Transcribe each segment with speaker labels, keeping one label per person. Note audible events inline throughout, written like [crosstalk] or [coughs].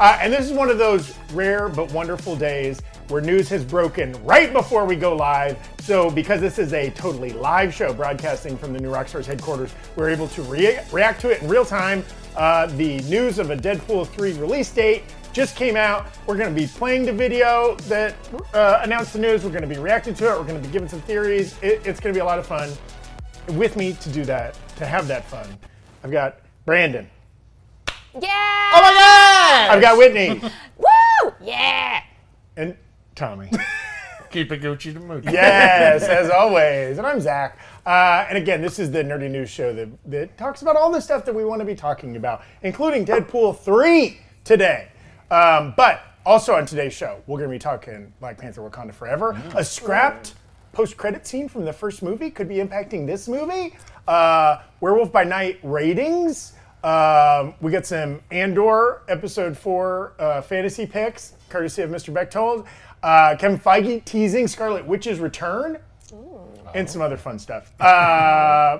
Speaker 1: Uh, And this is one of those rare but wonderful days where news has broken right before we go live. So, because this is a totally live show broadcasting from the new Rockstars headquarters, we're able to rea- react to it in real time. Uh, the news of a Deadpool 3 release date just came out. We're going to be playing the video that uh, announced the news. We're going to be reacting to it. We're going to be giving some theories. It- it's going to be a lot of fun. With me to do that, to have that fun, I've got Brandon.
Speaker 2: Yeah!
Speaker 3: Oh my god!
Speaker 1: I've got Whitney
Speaker 2: Woo! Yeah!
Speaker 1: and Tommy.
Speaker 3: Keep it Gucci to move.
Speaker 1: Yes, as always. And I'm Zach. Uh, and again, this is the Nerdy News Show that, that talks about all the stuff that we want to be talking about, including Deadpool 3 today. Um, but also on today's show, we're going to be talking Black Panther Wakanda Forever, a scrapped post credit scene from the first movie could be impacting this movie, uh, Werewolf by Night ratings. Um, we got some Andor episode four uh, fantasy picks, courtesy of Mr. Bechtold. Uh, Kevin Feige teasing Scarlet Witch's return, and some other fun stuff. Uh,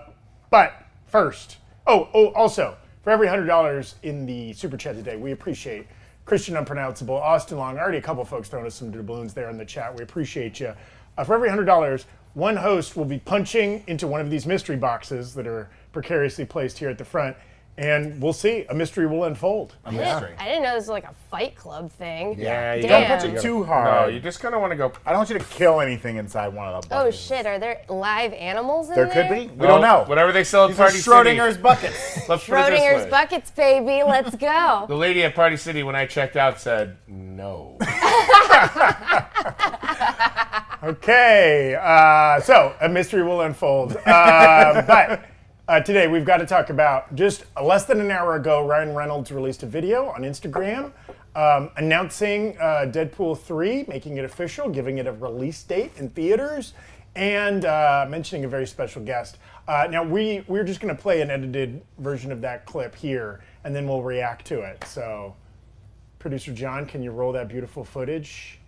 Speaker 1: but first, oh, oh, also for every hundred dollars in the super chat today, we appreciate Christian Unpronounceable, Austin Long, already a couple folks throwing us some doubloons there in the chat. We appreciate you. Uh, for every hundred dollars, one host will be punching into one of these mystery boxes that are precariously placed here at the front, and we'll see. A mystery will unfold.
Speaker 2: I didn't, I didn't know this was like a fight club thing.
Speaker 3: Yeah, you
Speaker 2: Damn.
Speaker 3: gotta
Speaker 2: Don't
Speaker 1: punch it
Speaker 3: you
Speaker 1: too
Speaker 3: gotta-
Speaker 1: hard.
Speaker 3: No, you just kind of want to go.
Speaker 4: I don't want you to kill anything inside one of the
Speaker 2: Oh
Speaker 4: buckets.
Speaker 2: shit, are there live animals in
Speaker 4: There
Speaker 2: there?
Speaker 4: could be. We
Speaker 3: Well,
Speaker 4: don't know.
Speaker 3: Whatever they sell at
Speaker 4: These are
Speaker 3: Party City.
Speaker 4: Schrodinger's
Speaker 3: [laughs] Let's
Speaker 4: buckets.
Speaker 3: put it this
Speaker 2: Schrodinger's
Speaker 3: way.
Speaker 2: buckets, baby. Let's
Speaker 4: [laughs]
Speaker 2: go.
Speaker 3: The lady at Party City, when I checked out, said
Speaker 4: [laughs]
Speaker 3: no.
Speaker 1: Okay, uh, so a mystery will unfold. Uh, but uh, today we've got to talk about just less than an hour ago, Ryan Reynolds released a video on Instagram um, announcing uh, Deadpool 3, making it official, giving it a release date in theaters, and uh, mentioning a very special guest. Uh, now we we're just going to play an edited version of that clip here, and then we'll react to it. So, producer John, can you roll that beautiful footage?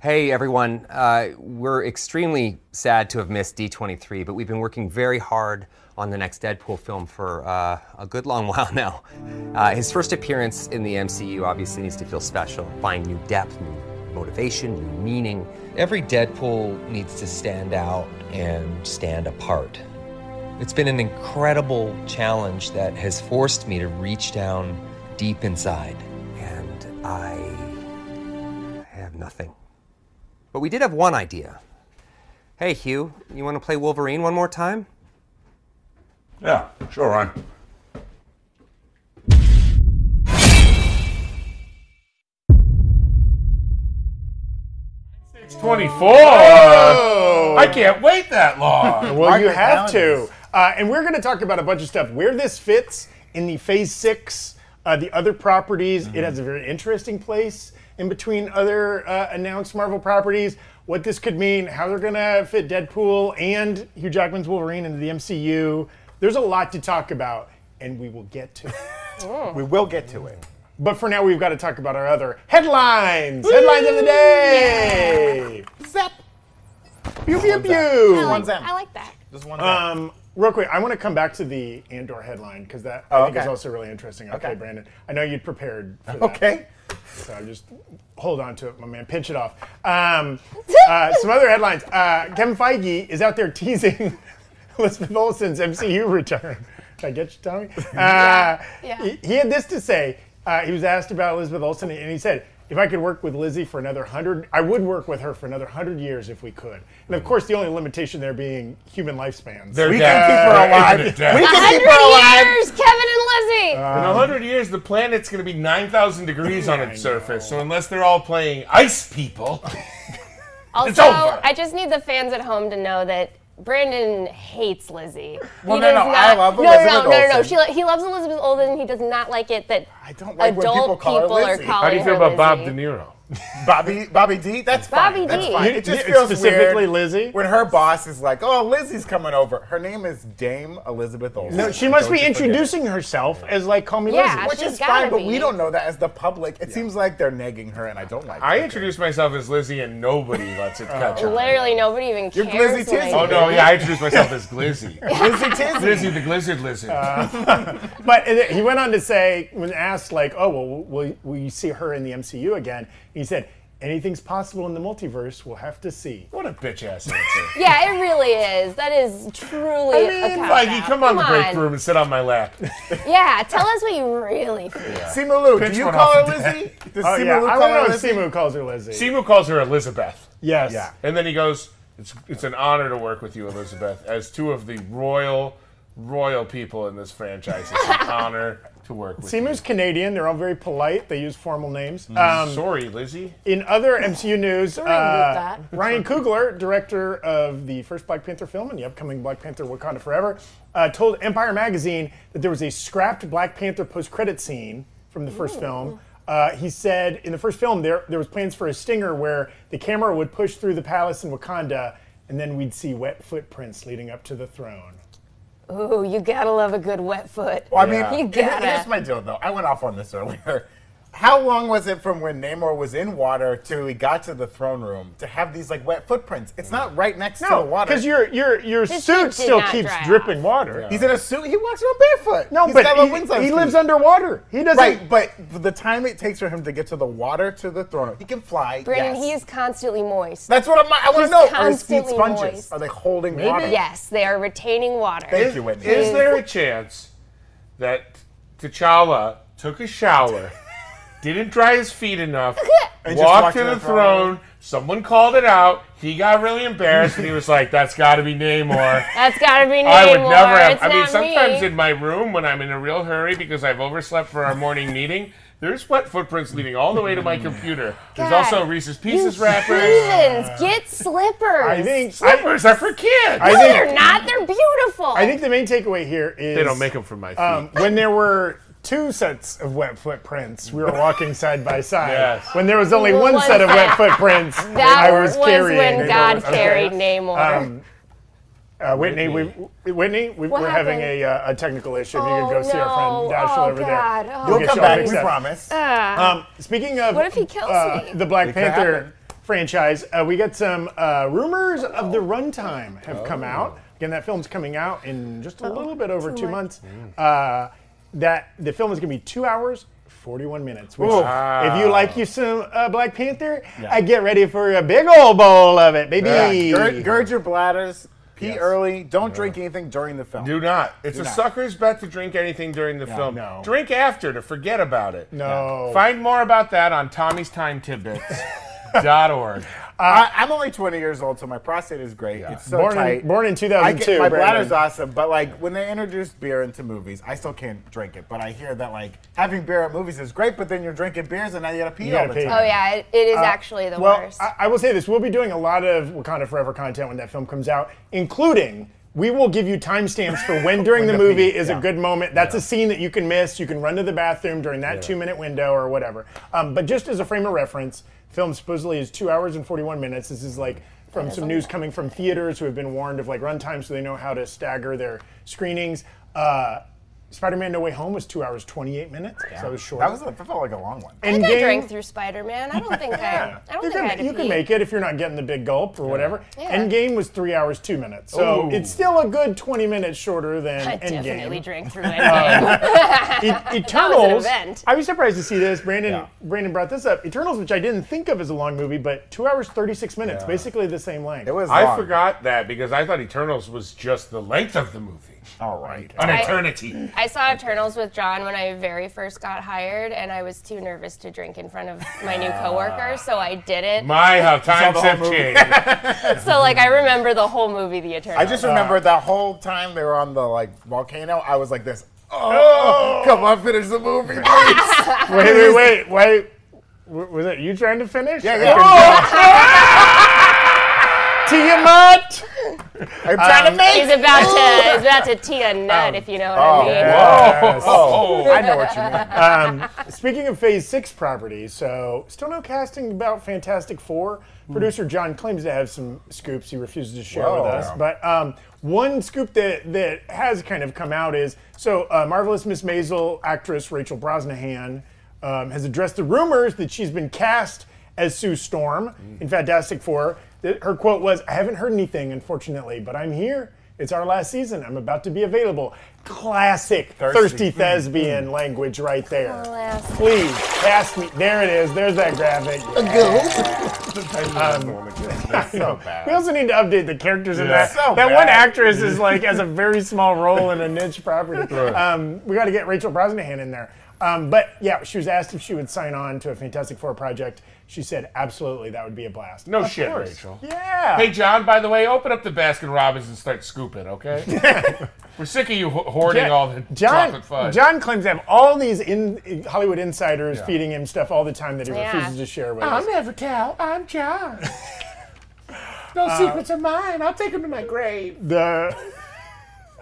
Speaker 5: Hey everyone, uh, we're extremely sad to have missed D23, but we've been working very hard on the next Deadpool film for uh, a good long [laughs] while now. Uh, his first appearance in the MCU obviously needs to feel special, find new depth, new motivation, new meaning. Every Deadpool needs to stand out and stand apart. It's been an incredible challenge that has forced me to reach down deep inside, and I have nothing. But we did have one idea. Hey, Hugh, you want to play Wolverine one more time?
Speaker 6: Yeah, sure, Ryan.
Speaker 3: It's 24.
Speaker 4: Oh.
Speaker 3: I can't wait that long.
Speaker 4: [laughs]
Speaker 1: Well,
Speaker 4: Mark
Speaker 1: you
Speaker 4: your
Speaker 1: have to.
Speaker 4: calendars.
Speaker 1: Uh, and we're going to talk about a bunch of stuff where this fits in the phase six, uh, the other properties. It has a very interesting place in between other uh, announced Marvel properties. What this could mean, how they're going to fit Deadpool and Hugh Jackman's Wolverine into the MCU. There's a lot to talk about, and we will get to it.
Speaker 4: we will get to it.
Speaker 1: But for now, we've got to talk about our other headlines. Headlines of the day.
Speaker 4: Zap.
Speaker 1: Pew, pew, pew.
Speaker 2: I like,
Speaker 4: One's in.
Speaker 2: I like that.
Speaker 4: Just one. Um,
Speaker 1: Um, real quick, I want to come back to the Andor headline because that I
Speaker 4: Oh,
Speaker 1: think is
Speaker 4: okay.
Speaker 1: also really interesting. Okay,
Speaker 4: Okay.
Speaker 1: Brandon, I know you'd prepared for that.
Speaker 4: okay.
Speaker 1: So I'm just hold on to it, my man. Pinch it off.
Speaker 2: [laughs]
Speaker 1: Um, uh, some other headlines. Uh, Kevin Feige is out there teasing [laughs] Elizabeth Olsen's MCU return. Did I get you, Tommy? Uh,
Speaker 2: yeah.
Speaker 1: He, he had this to say. Uh, he was asked about Elizabeth Olsen, and he said, "If I could work with Lizzie for another hundred, I would work with her for another hundred years if we could." And of course, the only limitation there being human lifespans. Uh,
Speaker 3: They're
Speaker 4: We
Speaker 3: dead.
Speaker 4: can keep her alive.
Speaker 3: They're dead.
Speaker 4: We can keep her alive.
Speaker 2: 100 years, Kevin and Lizzie!
Speaker 3: In a hundred years, the planet's going to be nine thousand degrees on its surface. So unless they're all playing ice people,
Speaker 2: also,
Speaker 3: over.
Speaker 2: I just need the fans at home to know that Brandon hates Lizzie.
Speaker 4: Well,
Speaker 2: he
Speaker 4: no,
Speaker 2: does
Speaker 4: no,
Speaker 2: not,
Speaker 4: I love
Speaker 2: no, no, no,
Speaker 4: Elizabeth
Speaker 2: no, no, no.
Speaker 4: Olsen.
Speaker 2: She, li- he loves Elizabeth Olsen. He does not like it that
Speaker 4: I don't like when
Speaker 2: adult
Speaker 4: people call her
Speaker 2: people are
Speaker 4: Lizzie.
Speaker 2: calling
Speaker 3: how do you feel
Speaker 2: her
Speaker 3: about Bob
Speaker 2: Lizzie.
Speaker 3: De Niro?
Speaker 4: Bobby, Bobby D. That's fine.
Speaker 2: Bobby
Speaker 4: That's
Speaker 2: D.
Speaker 4: fine.
Speaker 2: You-
Speaker 4: It just
Speaker 1: you-
Speaker 4: feels
Speaker 1: specifically
Speaker 4: weird
Speaker 1: Lizzie?
Speaker 4: when her boss is like, "Oh, Lizzie's coming over." Her name is Dame Elizabeth Olsen.
Speaker 1: [laughs] No, she must
Speaker 4: Don't
Speaker 1: be
Speaker 4: you forget it.
Speaker 1: introducing herself as like call me
Speaker 2: Yeah,
Speaker 1: Lizzie.
Speaker 4: which
Speaker 2: She's
Speaker 4: is
Speaker 2: gotta
Speaker 4: fine, but we
Speaker 2: be.
Speaker 4: don't know that as the public. It seems like they're negging her, and I don't like.
Speaker 3: I
Speaker 4: that.
Speaker 3: introduced myself as Lizzie, and nobody lets it
Speaker 4: Oh.
Speaker 3: catch on.
Speaker 2: Literally nobody even
Speaker 4: You're
Speaker 2: cares.
Speaker 4: Glizzy Tizzy.
Speaker 3: Oh no, yeah, I introduced myself as Glizzy.
Speaker 4: Lizzie Tizzy.
Speaker 3: Glizzy the Glizzard Lizard.
Speaker 1: But it- he went on to say, when asked, like, oh, well, will, will you see her in the MCU again? He said, anything's possible in the multiverse. We'll have to see.
Speaker 3: what a
Speaker 1: [laughs]
Speaker 3: bitch ass answer.
Speaker 2: Yeah, it really is. That is truly
Speaker 3: I
Speaker 2: a
Speaker 3: mean,
Speaker 2: cop
Speaker 3: Mikey,
Speaker 2: out.
Speaker 3: come on the break room and sit on my lap.
Speaker 2: Yeah, tell us what you really feel.
Speaker 4: Simu Lu, do
Speaker 3: Bitch
Speaker 4: you
Speaker 3: went
Speaker 4: call her
Speaker 3: off the
Speaker 1: [laughs]
Speaker 4: Lizzie? Does
Speaker 1: Oh,
Speaker 4: Simu
Speaker 1: yeah.
Speaker 4: Lu
Speaker 1: I
Speaker 4: call
Speaker 1: don't know
Speaker 4: her
Speaker 1: if
Speaker 4: Lizzie?
Speaker 1: Simu calls her Lizzie.
Speaker 3: Simu calls her Elizabeth.
Speaker 1: yes.
Speaker 4: Yeah.
Speaker 3: And then he goes, it's, it's an honor to work with you, Elizabeth, as two of the royal, royal people in this franchise. It's an honor to work with
Speaker 1: Simu's Canadian. They're all very polite. They use formal
Speaker 4: Mm-hmm.
Speaker 1: names.
Speaker 3: you.
Speaker 1: Um,
Speaker 3: Sorry, Lizzie.
Speaker 1: in other MCU news,
Speaker 2: Sorry about
Speaker 1: uh,
Speaker 2: that. [laughs]
Speaker 1: Ryan Coogler, director of the first Black Panther film and the upcoming Black Panther Wakanda Forever, uh, told Empire Magazine that there was a scrapped Black Panther post-credit scene from the first film. Uh, he said in the first film there there was plans for a stinger where the camera would push through the palace in Wakanda and then we'd see wet footprints leading up to the throne.
Speaker 2: Ooh, you gotta love a good wet foot.
Speaker 4: Well, I mean,
Speaker 2: you
Speaker 4: here- here's
Speaker 2: gotta.
Speaker 4: my deal though. I went off on this earlier. How long was it from when Namor was in water till he got to the throne room to have these like wet footprints? It's not right next
Speaker 3: Oh,
Speaker 4: to the water.
Speaker 1: because your your your
Speaker 2: suit
Speaker 1: suit
Speaker 2: did
Speaker 1: still
Speaker 2: not
Speaker 1: keeps
Speaker 2: dry
Speaker 1: dripping water.
Speaker 4: he's in a suit. He walks around barefoot.
Speaker 1: No,
Speaker 4: He's
Speaker 1: but
Speaker 4: got little
Speaker 1: he-
Speaker 4: wings
Speaker 1: he,
Speaker 4: on his
Speaker 1: lives
Speaker 4: feet.
Speaker 1: underwater. He doesn't.
Speaker 4: Right, but the time it takes for him to get to the water to the throne, he can fly.
Speaker 2: Brandon,
Speaker 4: yes.
Speaker 2: he is constantly moist.
Speaker 4: That's what I'm. I want
Speaker 2: He's
Speaker 4: to know. Are his feet
Speaker 2: constantly
Speaker 4: sponges?
Speaker 2: moist.
Speaker 4: Are they holding water?
Speaker 2: Yes, they are retaining water.
Speaker 4: Thank you, Whitney.
Speaker 3: Is there a chance that T'Challa took a shower, didn't dry his feet enough,
Speaker 4: And just
Speaker 3: walked
Speaker 4: walked
Speaker 3: to
Speaker 4: in
Speaker 3: the
Speaker 4: the throne?
Speaker 3: throne, someone called it out, he got really embarrassed, and he was like, that's gotta be Namor.
Speaker 2: That's gotta be Namor.
Speaker 3: I would never have.
Speaker 2: It's
Speaker 3: I mean,
Speaker 2: not
Speaker 3: sometimes
Speaker 2: me.
Speaker 3: in my room when I'm in a real hurry because I've overslept for our morning meeting, there's wet footprints leading all the way to my computer. There's
Speaker 2: God.
Speaker 3: also Reese's Pieces
Speaker 2: You
Speaker 3: wrappers.
Speaker 2: heathens, get slippers.
Speaker 1: I think
Speaker 3: Wrappers are for kids.
Speaker 1: I
Speaker 2: No,
Speaker 1: think-
Speaker 2: they're not. They're beautiful.
Speaker 1: I think the main takeaway here is
Speaker 3: they don't make them for my feet.
Speaker 1: Um, when there were two sets of wet footprints, we were walking side
Speaker 4: [laughs]
Speaker 1: by side.
Speaker 3: Yes.
Speaker 1: When there was only
Speaker 2: Well,
Speaker 1: one
Speaker 2: one
Speaker 1: set of wet
Speaker 2: set.
Speaker 1: footprints,
Speaker 2: [laughs]
Speaker 1: I
Speaker 2: that
Speaker 1: was, carrying.
Speaker 2: when God
Speaker 1: [laughs] Okay.
Speaker 2: carried Namor.
Speaker 1: Um, uh, Whitney, we, Whitney, we,
Speaker 2: What
Speaker 1: we're having
Speaker 2: happened?
Speaker 1: a, uh, a technical issue. If you
Speaker 2: Oh,
Speaker 1: could go see our friend
Speaker 2: no.
Speaker 1: Dashel
Speaker 2: Oh,
Speaker 1: over
Speaker 2: God.
Speaker 1: there.
Speaker 2: Oh.
Speaker 1: We'll
Speaker 4: We'll
Speaker 1: get
Speaker 4: come
Speaker 1: you all
Speaker 4: back.
Speaker 1: fixed
Speaker 4: We
Speaker 1: up.
Speaker 4: promise.
Speaker 2: Ah.
Speaker 1: Um, speaking of
Speaker 2: Uh, What if he kills
Speaker 1: uh,
Speaker 2: me?
Speaker 1: the Black
Speaker 4: It could
Speaker 1: Panther
Speaker 4: happen.
Speaker 1: franchise, uh, we get some uh, rumors of
Speaker 2: Oh.
Speaker 1: the runtime have
Speaker 4: Oh.
Speaker 1: come out. Again, that film's coming out in just
Speaker 2: Oh,
Speaker 1: a little bit over two months.
Speaker 4: Mm.
Speaker 1: Uh, that the film is going to be two hours. 41 minutes.
Speaker 4: Oh.
Speaker 1: Which, If you like you some uh, Black Panther, I get ready for a big old bowl of it, baby.
Speaker 4: Yeah, gird, gird your bladders. Pee early. Don't drink anything during the film.
Speaker 3: Do not. It's a
Speaker 4: not.
Speaker 3: sucker's bet to drink anything during the film.
Speaker 1: no.
Speaker 3: Drink after to forget about it.
Speaker 1: No.
Speaker 3: Find more about that on Tommy's Time Tidbits.
Speaker 1: [laughs]
Speaker 3: dot org.
Speaker 4: I, I'm only 20 years old, so my prostate is great. It's so
Speaker 1: born,
Speaker 4: tight.
Speaker 1: in, born in
Speaker 4: I
Speaker 1: 2002.
Speaker 4: get, my
Speaker 1: Brandon.
Speaker 4: bladder's awesome, but like when they introduce beer into movies, I still can't drink it. But I hear that like having beer at movies is great, but then you're drinking beers and now you gotta pee
Speaker 1: gotta
Speaker 4: all the
Speaker 1: pee.
Speaker 4: time.
Speaker 2: oh yeah, it, it is actually the
Speaker 1: Uh, Well,
Speaker 2: worst.
Speaker 1: I, I will say this: we'll be doing a lot of Wakanda Forever content when that film comes out, including we will give you timestamps for
Speaker 4: [laughs]
Speaker 1: when during the
Speaker 4: to
Speaker 1: movie
Speaker 4: pee,
Speaker 1: is a
Speaker 4: yeah.
Speaker 1: good moment. That's a scene that you can miss. You can run to the bathroom during that two-minute window or whatever. Um, but just as a frame of reference, film supposedly is two hours and forty-one minutes. This is like from some news coming from theaters who have been warned of like runtime, so they know how to stagger their screenings. Uh, Spider-Man: No Way Home was two hours twenty-eight minutes, so it was short.
Speaker 4: That was a, that felt like a long one.
Speaker 2: I think I
Speaker 1: Endgame-
Speaker 2: drank through Spider Man. I don't think I. I don't
Speaker 1: you
Speaker 2: think I
Speaker 1: can,
Speaker 2: had to
Speaker 1: you can
Speaker 2: pee.
Speaker 1: make it if you're not getting the big gulp or whatever.
Speaker 2: Yeah.
Speaker 1: Endgame was three hours two minutes, so it's still a good 20 minutes shorter than
Speaker 2: [laughs] I
Speaker 1: Endgame.
Speaker 2: definitely
Speaker 1: Oh. [laughs]
Speaker 2: drank through Endgame. [laughs]
Speaker 1: E- Eternals.
Speaker 2: event.
Speaker 1: I was surprised to see this. Brandon Brandon brought this up. Eternals, which I didn't think of as a long movie, but two hours 36 minutes, basically the same length.
Speaker 4: It was.
Speaker 3: I
Speaker 4: long.
Speaker 3: forgot that because I thought Eternals was just the length of the movie.
Speaker 1: Oh,
Speaker 4: All right.
Speaker 3: An eternity.
Speaker 2: I saw Eternals with John when I very first got hired, and I was too nervous to drink in front of my new
Speaker 1: Ah.
Speaker 2: coworker, so I didn't.
Speaker 3: My, how times
Speaker 4: the whole
Speaker 3: have
Speaker 4: movie.
Speaker 3: changed.
Speaker 2: so like, I remember the whole movie, The Eternals.
Speaker 4: I just remember that whole time they were on the like volcano. I was like this. Oh, come on, finish the movie, please. yeah,
Speaker 1: wait, wait, wait, wait. W- Was it you trying to finish?
Speaker 4: yeah.
Speaker 1: Tiamat!
Speaker 4: I'm trying to make.
Speaker 2: Um, He's about to he's about to tee a
Speaker 1: Um,
Speaker 2: nut, if you know
Speaker 1: oh,
Speaker 2: what I mean.
Speaker 1: Yes.
Speaker 4: Oh, I know what you mean. [laughs]
Speaker 1: Um,
Speaker 2: [laughs]
Speaker 1: Speaking of Phase Six properties, so still no casting about Fantastic Four. Producer John claims to have some scoops he refuses to share
Speaker 4: Hmm. Whoa.
Speaker 1: with us, but um, one scoop that that has kind of come out is so uh, marvelous Miss Maisel actress Rachel Brosnahan um, has addressed the rumors that she's been cast as Sue Storm in Fantastic Four. That her quote was, "I haven't heard anything, unfortunately, but I'm here." It's our last season. I'm about to be available. Classic thirsty,
Speaker 4: Thirsty.
Speaker 1: thespian language right there.
Speaker 2: Classic.
Speaker 1: Please cast me. There it is. There's that graphic.
Speaker 4: So
Speaker 1: We
Speaker 4: bad.
Speaker 1: also need to update the characters in that.
Speaker 4: So
Speaker 1: that one
Speaker 4: bad.
Speaker 1: actress
Speaker 3: [laughs]
Speaker 1: is like has a very small role in a niche property. Um, we got to get Rachel Brosnahan in there. Um, but yeah, she was asked if she would sign on to a Fantastic Four project. She said, "Absolutely, that would be a blast."
Speaker 3: No
Speaker 1: Of
Speaker 3: shit,
Speaker 1: course.
Speaker 3: Rachel.
Speaker 1: Yeah.
Speaker 3: Hey, John, by the way, open up the Baskin Robbins and start scooping, okay?
Speaker 1: [laughs]
Speaker 3: We're sick of you ho- hoarding
Speaker 1: Yeah,
Speaker 3: all the
Speaker 1: John,
Speaker 3: chocolate fudge.
Speaker 1: John claims to have all these in, Hollywood insiders feeding him stuff all the time that he
Speaker 2: Yeah.
Speaker 1: refuses to share with us.
Speaker 3: I'm never Cal.
Speaker 1: [laughs]
Speaker 3: I'm John. no secrets are mine. I'll take them to my grave.
Speaker 1: Uh, the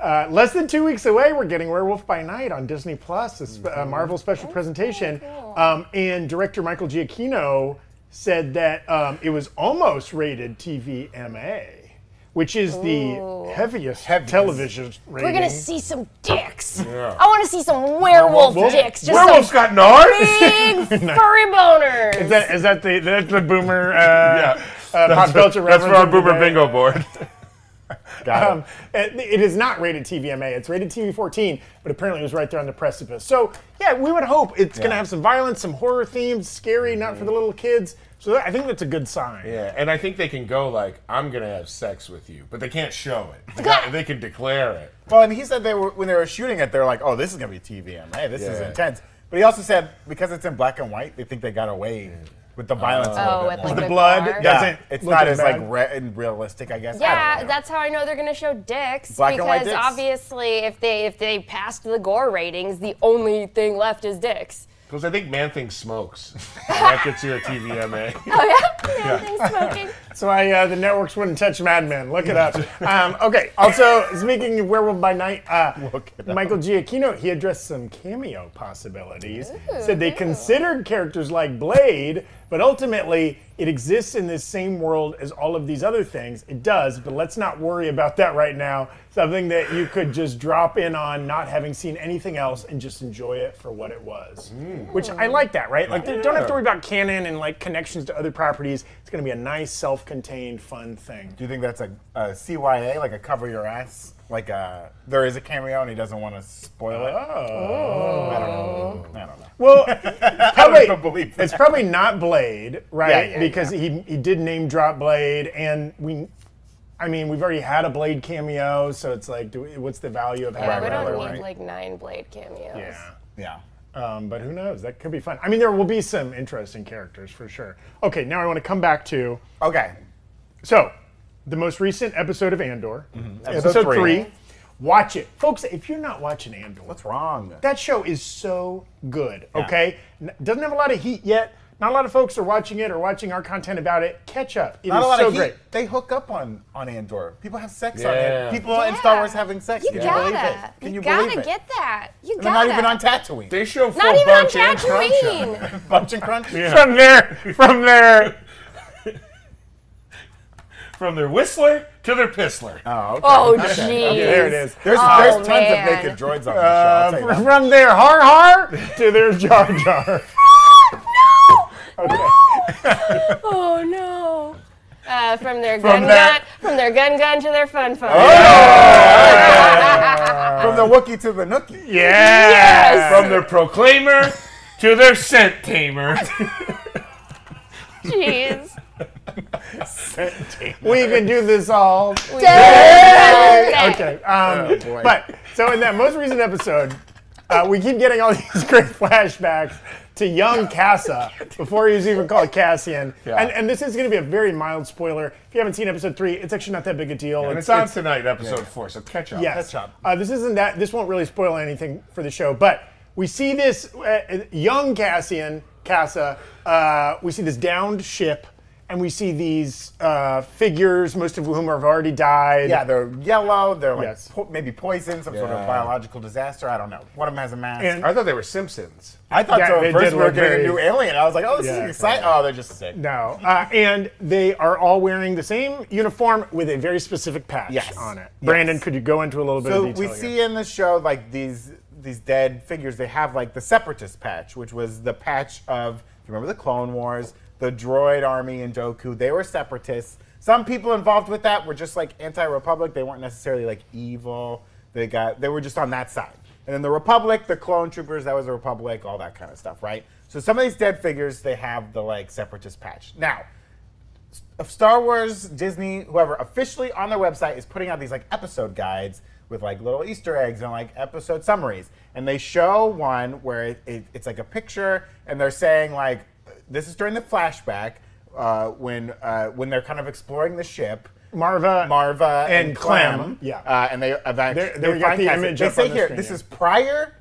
Speaker 1: uh, less than two weeks away we're getting werewolf by night on disney plus this uh,
Speaker 3: Mm-hmm.
Speaker 1: marvel
Speaker 3: Oh,
Speaker 1: special presentation um, and director michael giacchino said that um, it was almost rated tvma which is
Speaker 3: Oh.
Speaker 1: the heaviest, television rating
Speaker 2: We're gonna see some dicks. I want to see some werewolf
Speaker 1: Werewolf?
Speaker 2: dicks.
Speaker 1: [laughs]
Speaker 2: Just
Speaker 3: Werewolf's
Speaker 2: some
Speaker 3: got nards.
Speaker 2: big furry boners.
Speaker 1: is that, is that the that's the boomer uh,
Speaker 3: Yeah.
Speaker 1: uh, Pop Culture
Speaker 3: That's for
Speaker 1: reference
Speaker 3: our
Speaker 1: of the
Speaker 3: boomer
Speaker 1: day?
Speaker 3: bingo board.
Speaker 1: Um, it it is not rated TVMA. It's rated TV14, but apparently it was right there on the precipice. So yeah, we would hope it's going to have some violence, some horror themes, scary, not for the little kids. So that, I think that's a good sign.
Speaker 3: Yeah, and I think they can go like, "I'm gonna have sex with you," but they can't show
Speaker 1: [laughs]
Speaker 3: it. They, got- they can declare it.
Speaker 4: Well, and he said they were when they were shooting it, they're like, "Oh, this is gonna be TVMA. This is
Speaker 3: Yeah.
Speaker 4: intense." But he also said because it's in black and white, they think they got away with the violence. a
Speaker 2: oh, with
Speaker 4: little bit
Speaker 2: like
Speaker 4: more.
Speaker 2: the
Speaker 1: blood
Speaker 2: car.
Speaker 1: does-
Speaker 4: yeah,
Speaker 1: doesn't
Speaker 4: it's
Speaker 1: look
Speaker 4: not
Speaker 1: as
Speaker 4: as like
Speaker 1: bad.
Speaker 4: re- and realistic, I guess. I
Speaker 2: Yeah,
Speaker 4: don't know.
Speaker 2: that's how I know they're gonna show dicks
Speaker 4: Black and white
Speaker 2: because
Speaker 4: dicks.
Speaker 2: obviously, if they if they passed the gore ratings, the only thing left is dicks.
Speaker 3: Because I think Man Thing smokes. And that gets you
Speaker 1: [laughs]
Speaker 3: a TVMA.
Speaker 2: Oh yeah, yeah. things smoking.
Speaker 1: That's why uh, the networks wouldn't touch Mad Men. Look it up. um, okay. Also, speaking of Werewolf by Night, uh, Michael Giacchino he addressed some cameo possibilities. Said they considered characters like Blade, but ultimately it exists in this same world as all of these other things. It does, but let's not worry about that right now. Something that you could just drop in on, not having seen anything else, and just enjoy it for what it was.
Speaker 4: Mm.
Speaker 1: Which I like that, right? Like, they don't have to worry about canon and like connections to other properties. It's going to be a nice, self-contained, fun thing.
Speaker 4: Do you think that's a, a CYA, like a cover your ass? Like a, there is a cameo and he doesn't want to spoil it. I don't
Speaker 2: Oh.
Speaker 4: know. Oh. [laughs] I don't know.
Speaker 1: Oh. Well, [laughs] probably,
Speaker 4: even believe
Speaker 1: it's probably not Blade, right?
Speaker 4: Yeah, yeah,
Speaker 1: because he he did name drop Blade, and we, I mean, we've already had a Blade cameo, so it's like, do we, what's the value of having
Speaker 2: Yeah, we
Speaker 1: another
Speaker 2: don't
Speaker 1: one?
Speaker 2: need like nine blade cameos.
Speaker 1: Yeah.
Speaker 4: Yeah.
Speaker 1: Um, but who knows? That could be fun. I mean, there will be some interesting characters for sure. Okay, now I want to come back to
Speaker 4: Okay.
Speaker 1: so the most recent episode of Andor, episode,
Speaker 4: Mm-hmm. Episode
Speaker 1: three.
Speaker 4: three.
Speaker 1: Watch it, folks. If you're not watching Andor,
Speaker 4: What's wrong?
Speaker 1: that show is so good. Okay, N- doesn't have a lot of heat yet. Not a lot of folks are watching it or watching our content about it. Catch up. It is
Speaker 4: Not a lot
Speaker 1: so
Speaker 4: of heat.
Speaker 1: great.
Speaker 4: They hook up on on Andor. People have sex
Speaker 3: Yeah.
Speaker 4: on it. People in Star Wars having sex.
Speaker 2: You
Speaker 4: Can you believe
Speaker 2: gotta,
Speaker 4: it? Can
Speaker 2: you,
Speaker 4: you,
Speaker 2: gotta
Speaker 4: believe it?
Speaker 2: get that. You
Speaker 4: They're
Speaker 2: gotta.
Speaker 4: not even on Tatooine.
Speaker 3: They show full
Speaker 2: Not even on
Speaker 3: bunch and crunch up.
Speaker 2: Tatooine.
Speaker 4: [laughs] Bunch and crunch.
Speaker 1: From there, from there.
Speaker 3: From their whistler to their pistler.
Speaker 1: Uh,
Speaker 4: Oh, okay.
Speaker 2: oh jeez.
Speaker 1: There it is.
Speaker 4: There's,
Speaker 2: Oh,
Speaker 4: there's tons
Speaker 2: man.
Speaker 4: of naked droids on the show. I'll tell you that.
Speaker 1: From there, har har
Speaker 4: [laughs]
Speaker 1: to their jar
Speaker 3: [laughs]
Speaker 1: jar.
Speaker 2: Oh no. Uh, from their gun
Speaker 1: that-
Speaker 2: gun, from their gun gun to their fun fun.
Speaker 4: From the Wookiee to the Nookie.
Speaker 1: Yeah.
Speaker 3: From their proclaimer to their
Speaker 1: [laughs]
Speaker 3: scent tamer.
Speaker 2: [laughs] Jeez.
Speaker 1: We can do this all
Speaker 2: We did it.
Speaker 1: okay.
Speaker 3: Oh,
Speaker 1: Um,
Speaker 4: boy.
Speaker 1: but so in that most recent episode, uh, we keep getting all [laughs] these great flashbacks to young Cassa before he was even called Cassian. And, and this is going to be a very mild spoiler. If you haven't seen episode three, it's actually not that big a deal.
Speaker 3: and it's on tonight, episode four, so catch up.
Speaker 1: Yes.
Speaker 4: Ketchup.
Speaker 1: Uh, this isn't that. This won't really spoil anything for the show, but we see this uh, young Cassian Cassa. Uh, we see this downed ship, and we see these uh, figures, most of whom have already died.
Speaker 4: Yeah, they're yellow. They're like
Speaker 1: Yes.
Speaker 4: po- maybe poison, some sort
Speaker 3: Yeah.
Speaker 4: of biological disaster. I don't know. One of them has a mask.
Speaker 1: And-
Speaker 3: I thought they were Simpsons.
Speaker 4: I thought
Speaker 1: Yeah,
Speaker 4: so.
Speaker 1: they
Speaker 4: At first
Speaker 1: did
Speaker 4: we were
Speaker 1: look
Speaker 4: getting
Speaker 1: very-
Speaker 4: a new alien. I was like, oh, this
Speaker 1: Yeah.
Speaker 4: is exciting. Oh, they're just sick.
Speaker 1: No, uh, and they are all wearing the same uniform with a very specific patch
Speaker 4: Yes.
Speaker 1: on it.
Speaker 4: Yes.
Speaker 1: Brandon, could you go into a little bit
Speaker 4: So
Speaker 1: of
Speaker 4: we
Speaker 1: detail?
Speaker 4: see
Speaker 1: here?
Speaker 4: in the show like these these dead figures. They have like the separatist patch, which was the patch of if you remember the Clone Wars, the droid army and Doku. They were separatists. Some people involved with that were just like anti-republic. They weren't necessarily like evil. They got they were just on that side. And then the Republic, the clone troopers, that was the Republic, all that kind of stuff, right? So some of these dead figures, they have the like separatist patch. Now, of Star Wars, Disney, whoever, officially on their website is putting out these like episode guides with like little Easter eggs and like episode summaries. And they show one where it, it, it's like a picture, and they're saying like, this is during the flashback uh, when uh, when they're kind of exploring the ship.
Speaker 1: Marva,
Speaker 4: Marva and,
Speaker 1: and Clem, yeah.
Speaker 4: uh, and they event.
Speaker 1: There- there we got
Speaker 4: find
Speaker 1: the
Speaker 4: Cassian.
Speaker 1: image
Speaker 4: They
Speaker 1: up on
Speaker 4: say
Speaker 1: the
Speaker 4: here,
Speaker 1: screen,
Speaker 4: this
Speaker 1: yeah.
Speaker 4: is prior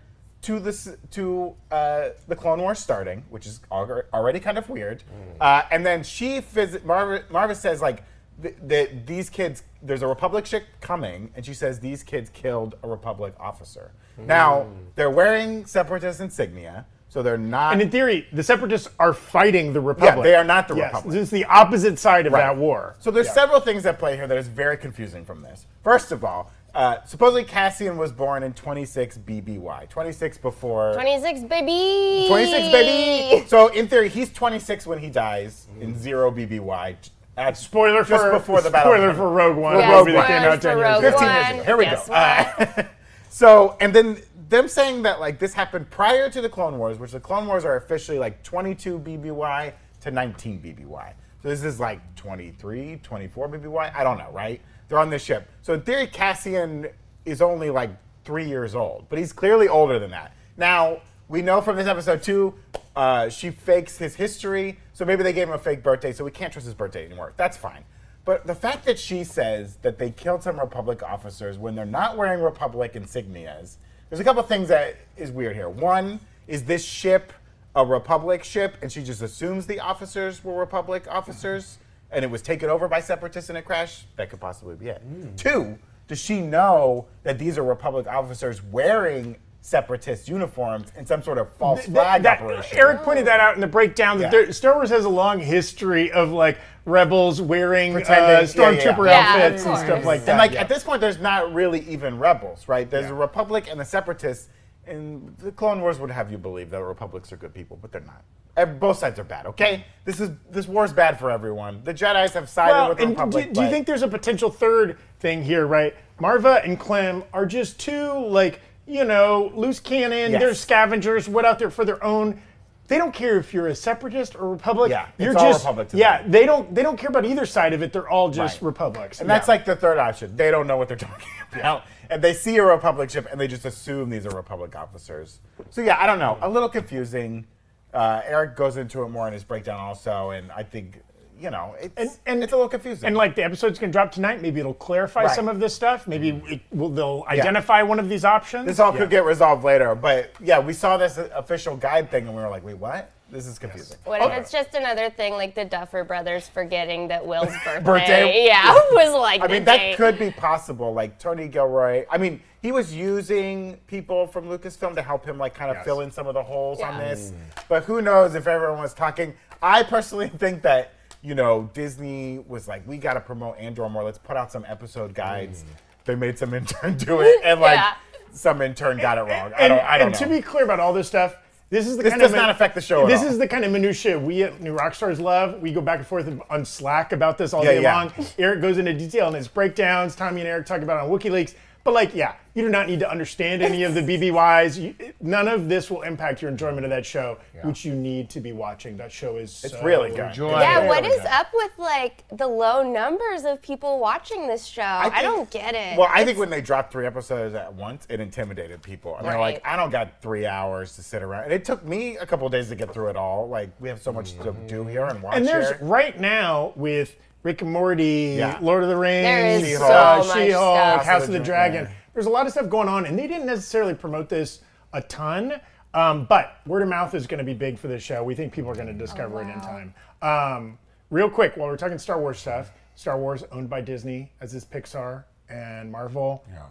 Speaker 4: to this to uh, the Clone Wars starting, which is al- already kind of weird.
Speaker 1: Mm.
Speaker 4: Uh, and then she phys- Marva, Marva says like th- that these kids. There's a Republic ship coming, and she says these kids killed a Republic officer.
Speaker 1: Mm.
Speaker 4: Now they're wearing separatist insignia, so they're not.
Speaker 1: and in theory, the separatists are fighting the Republic.
Speaker 4: they are not the
Speaker 1: Yes,
Speaker 4: Republic.
Speaker 1: This is the opposite side of
Speaker 4: Right.
Speaker 1: that war.
Speaker 4: So there's
Speaker 1: Yeah.
Speaker 4: several things at play here that is very confusing from this. First of all, uh, supposedly Cassian was born in 26 BBY, 26 before
Speaker 2: 26, baby.
Speaker 4: 26 baby. So in theory, he's 26 when he dies in zero BBY. At
Speaker 1: Mm-hmm. Spoiler
Speaker 4: just
Speaker 1: for
Speaker 4: before the battle.
Speaker 1: Spoiler for Rogue One.
Speaker 2: Yeah,
Speaker 1: the movie that
Speaker 2: spoilers
Speaker 1: came out
Speaker 2: for
Speaker 1: 10 years
Speaker 2: Rogue
Speaker 1: ago.
Speaker 4: 15 years
Speaker 2: One.
Speaker 4: ago. Here we go.
Speaker 2: Guess
Speaker 4: Uh,
Speaker 2: what?
Speaker 4: So and then them saying that like this happened prior to the Clone Wars, which the Clone Wars are officially like 22 BBY to 19 BBY. So this is like 23, 24 BBY. I don't know, right? They're on this ship. So in theory, Cassian is only like three years old, but he's clearly older than that. Now we know from this episode too, uh, she fakes his history, so maybe they gave him a fake birthday, so we can't trust his birthday anymore. That's fine. But the fact that she says that they killed some Republic officers when they're not wearing Republic insignias, there's a couple things that is weird here. One is this ship a Republic ship, and she just assumes the officers were Republic officers, and it was taken over by separatists in a crash. That could possibly be it.
Speaker 1: Hmm.
Speaker 4: Two, does she know that these are Republic officers wearing separatist uniforms in some sort of false
Speaker 1: Th-
Speaker 4: flag
Speaker 1: that-
Speaker 4: operation?
Speaker 1: Eric pointed that out in the breakdown. That
Speaker 4: Yeah.
Speaker 1: there, Star Wars has a long history of like rebels wearing uh,
Speaker 4: Pretending- yeah, yeah, yeah.
Speaker 1: stormtrooper
Speaker 2: Yeah,
Speaker 1: outfits
Speaker 2: of
Speaker 1: and
Speaker 2: course.
Speaker 1: stuff like that.
Speaker 4: And like
Speaker 1: yeah.
Speaker 4: at this point, there's not really even rebels, right? There's
Speaker 1: Yeah.
Speaker 4: a republic and the separatists, and the Clone Wars would have you believe that republics are good people, but they're not. Ev- Both sides are bad. Okay, this is this war's bad for everyone. The Jedi's have sided
Speaker 1: Well,
Speaker 4: with the
Speaker 1: and do,
Speaker 4: republic.
Speaker 1: do you
Speaker 4: but-
Speaker 1: think there's a potential third thing here, right? Marva and Clem are just two, like, you know, loose cannon.
Speaker 4: Yes.
Speaker 1: They're scavengers, what out there for their own. They don't care if you're a separatist or republic.
Speaker 4: Yeah, it's
Speaker 1: you're
Speaker 4: all
Speaker 1: just
Speaker 4: Republic to
Speaker 1: yeah.
Speaker 4: them.
Speaker 1: They don't they don't care about either side of it. They're all just
Speaker 4: Right.
Speaker 1: republics.
Speaker 4: And that's
Speaker 1: Yeah.
Speaker 4: like the third option. They don't know what they're [laughs] talking about. And they see a Republic ship and they just assume these are Republic officers. So, yeah, I don't know. A little confusing. Uh, Eric goes into it more in his breakdown also. And I think, you know, it's,
Speaker 1: and-
Speaker 4: it's a little confusing.
Speaker 1: And like the episode's gonna drop tonight, maybe it'll clarify
Speaker 4: Right.
Speaker 1: some of this stuff. Maybe it will, they'll identify one of these options.
Speaker 4: this all
Speaker 1: Yeah.
Speaker 4: could get resolved later. But yeah, we saw this official guide thing and we were like, wait, what? This is confusing.
Speaker 2: What if it's just another thing like the Duffer brothers forgetting that Will's birthday,
Speaker 4: Birthday.
Speaker 2: yeah, [laughs] was like
Speaker 4: I
Speaker 2: the
Speaker 4: mean, that
Speaker 2: date.
Speaker 4: could be possible. Like Tony Gilroy. I mean, he was using people from Lucasfilm to help him, like, kind of
Speaker 1: Yes.
Speaker 4: fill in some of the holes on
Speaker 2: Yeah.
Speaker 4: this. But who knows if everyone was talking? I personally [laughs] think that you know Disney was like, we got to promote Andor more. Let's put out some episode guides. They made some intern [laughs] do it, and like
Speaker 2: Yeah.
Speaker 4: some intern got it wrong. I
Speaker 1: and,
Speaker 4: don't. I don't
Speaker 1: and to
Speaker 4: know.
Speaker 1: be clear about all this stuff, this is the
Speaker 4: This
Speaker 1: kind
Speaker 4: does
Speaker 1: of
Speaker 4: not affect the show at
Speaker 1: this
Speaker 4: all.
Speaker 1: is the kind of minutia we at New Rockstars love. We go back and forth on Slack about this all
Speaker 4: Yeah,
Speaker 1: day
Speaker 4: yeah.
Speaker 1: long. Eric goes into detail in his breakdowns. Tommy and Eric talk about it on WikiLeaks. But like, yeah, you do not need to understand any
Speaker 4: [laughs]
Speaker 1: of the BBYs. You, none of this will impact your enjoyment of that show, which you need to be watching. That show is
Speaker 4: It's really good.
Speaker 3: Enjoy
Speaker 2: yeah,
Speaker 3: it.
Speaker 2: what is up with like the low numbers of people watching this show? I,
Speaker 4: think-
Speaker 2: don't get it.
Speaker 4: Well, I think when they dropped three episodes at once, it intimidated people. And they're
Speaker 2: Right.
Speaker 4: like, I don't got three hours to sit around. And it took me a couple days to get through it all. Like, we have so much to do here and watch
Speaker 1: And there's
Speaker 4: here. [laughs]
Speaker 1: right now with Rick and Morty,
Speaker 4: Yeah.
Speaker 1: Lord of the Rings,
Speaker 2: There is
Speaker 4: so
Speaker 1: She-Hulk,
Speaker 2: much
Speaker 1: She-Hulk,
Speaker 2: stuff.
Speaker 1: House, of the Dragon. There's a lot of stuff going on, and they didn't necessarily promote this a ton.
Speaker 2: Oh,
Speaker 1: Um, but word of mouth is going to be big for this show. We think people are going to discover it in time. Um, real quick, while we're talking Star Wars stuff, Star Wars owned by Disney, as is Pixar and Marvel.
Speaker 6: Yeah.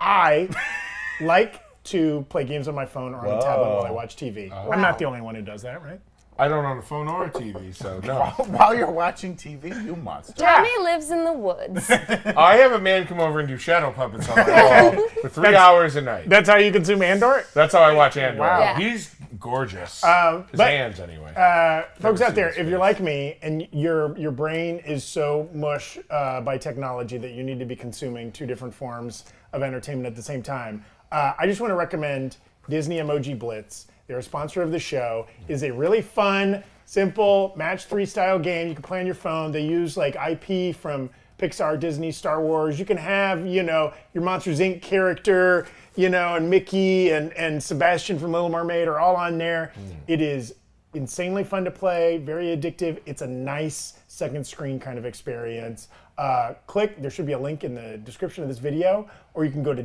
Speaker 1: I [laughs] like to play games on my phone or on a tablet while I watch TV. I'm not the only one who does that, right?
Speaker 3: I don't own a phone or a TV, so
Speaker 1: [laughs]
Speaker 3: no.
Speaker 4: While you're watching TV, you monster.
Speaker 2: Tommy lives in the woods.
Speaker 3: I have a man come over and do shadow puppets on my
Speaker 2: [laughs]
Speaker 3: wall for three hours a night.
Speaker 1: That's how you consume Andor.
Speaker 3: That's how I watch Andor.
Speaker 1: Wow.
Speaker 2: Yeah.
Speaker 6: He's gorgeous.
Speaker 3: His
Speaker 1: but-
Speaker 3: hands, anyway.
Speaker 1: Uh, folks out
Speaker 3: seen
Speaker 1: there,
Speaker 3: this
Speaker 1: if you're like me and your your brain is so mush uh, by technology that you need to be consuming two different forms of entertainment at the same time, uh, I just want to recommend Disney Emoji Blitz. They're a sponsor of the show. is a really fun, simple match three style game you can play on your phone. They use like IP from Pixar, Disney, Star Wars. You can have, you know, your Monsters Inc. character, you know, and Mickey and, and Sebastian from Little Mermaid are all on there.
Speaker 3: Hmm.
Speaker 1: It is insanely fun to play, very addictive. It's a nice second screen kind of experience. Uh, click, there should be a link in the description of this video, or you can go to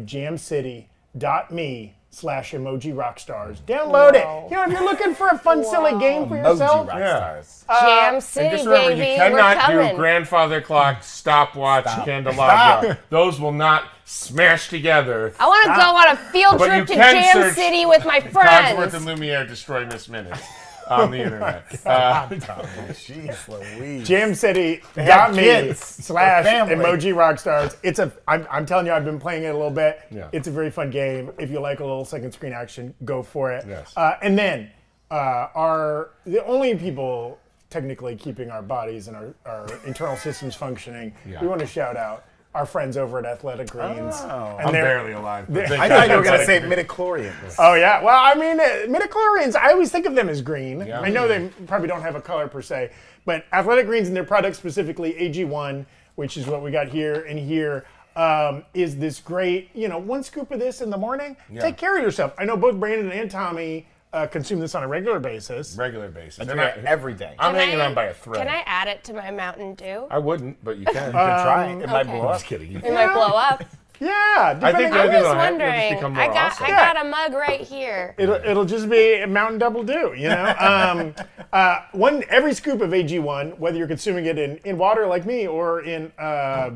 Speaker 1: jamcity.me slash emoji rockstars. Download
Speaker 2: Wow.
Speaker 1: it. You know, if you're looking for a fun, silly game for yourself,
Speaker 4: Rockstars.
Speaker 2: Jam City,
Speaker 3: and just remember,
Speaker 2: baby.
Speaker 3: you
Speaker 2: We're
Speaker 3: cannot
Speaker 2: coming.
Speaker 3: do grandfather [laughs] clock, stopwatch, candelabra. Those will not smash together.
Speaker 2: I want to go on a field
Speaker 3: But you
Speaker 2: trip to
Speaker 3: can
Speaker 2: Jam
Speaker 3: search
Speaker 2: City with my
Speaker 3: Cogsworth and
Speaker 2: friends.
Speaker 3: Lumiere destroy Miss [laughs] Minutes on the [laughs] internet. Uh,
Speaker 4: Jeez Louise. have
Speaker 1: jamcity.me
Speaker 4: kids.
Speaker 1: slash
Speaker 4: They're family.
Speaker 1: emoji rockstars. It's a, I'm, I'm telling you, I've been playing it a little bit.
Speaker 3: Yeah.
Speaker 1: It's a very fun game. If you like a little second screen action, go for it.
Speaker 3: Yes.
Speaker 1: Uh, and then, uh, are the only people technically keeping our bodies and our, our internal systems functioning?
Speaker 3: Yeah.
Speaker 1: We want to shout out our friends over at Athletic Greens.
Speaker 4: Oh.
Speaker 1: and
Speaker 3: I'm
Speaker 1: they're-
Speaker 3: barely alive. but
Speaker 1: they're-
Speaker 3: thank
Speaker 4: I thought you were
Speaker 3: That's
Speaker 4: gonna
Speaker 3: like-
Speaker 4: say midichlorians.
Speaker 1: Oh yeah. Well, I mean, uh, midichlorians. I always think of them as green.
Speaker 3: Yeah.
Speaker 1: I know they probably don't have a color per se, but athletic greens and their products specifically AG1, which is what we got here and here, um, is this great. You know, one scoop of this in the morning. Take care of yourself. I know both Brandon and Tommy uh, consume this on a regular basis.
Speaker 3: regular basis. And
Speaker 4: They're
Speaker 3: I,
Speaker 4: every day.
Speaker 3: I'm
Speaker 2: Can
Speaker 3: hanging
Speaker 2: I-
Speaker 3: on by a thread.
Speaker 2: Can I add it to my Mountain Dew?
Speaker 3: I wouldn't, but you [laughs] can.
Speaker 4: Been trying. It might
Speaker 2: okay.
Speaker 4: blow up.
Speaker 3: kidding.
Speaker 2: It might blow
Speaker 3: [laughs]
Speaker 2: up.
Speaker 1: Yeah.
Speaker 3: I think
Speaker 1: depending on-
Speaker 3: I
Speaker 2: I was
Speaker 3: think it'll happen. It'll just
Speaker 2: wondering.
Speaker 3: become
Speaker 2: I
Speaker 3: more
Speaker 2: got
Speaker 3: awesome.
Speaker 2: I got a mug right here.
Speaker 1: It'll, it'll just be a Mountain Double Dew, you know. Um, uh, one every scoop of AG1, whether you're consuming it in, in water like me or in uh,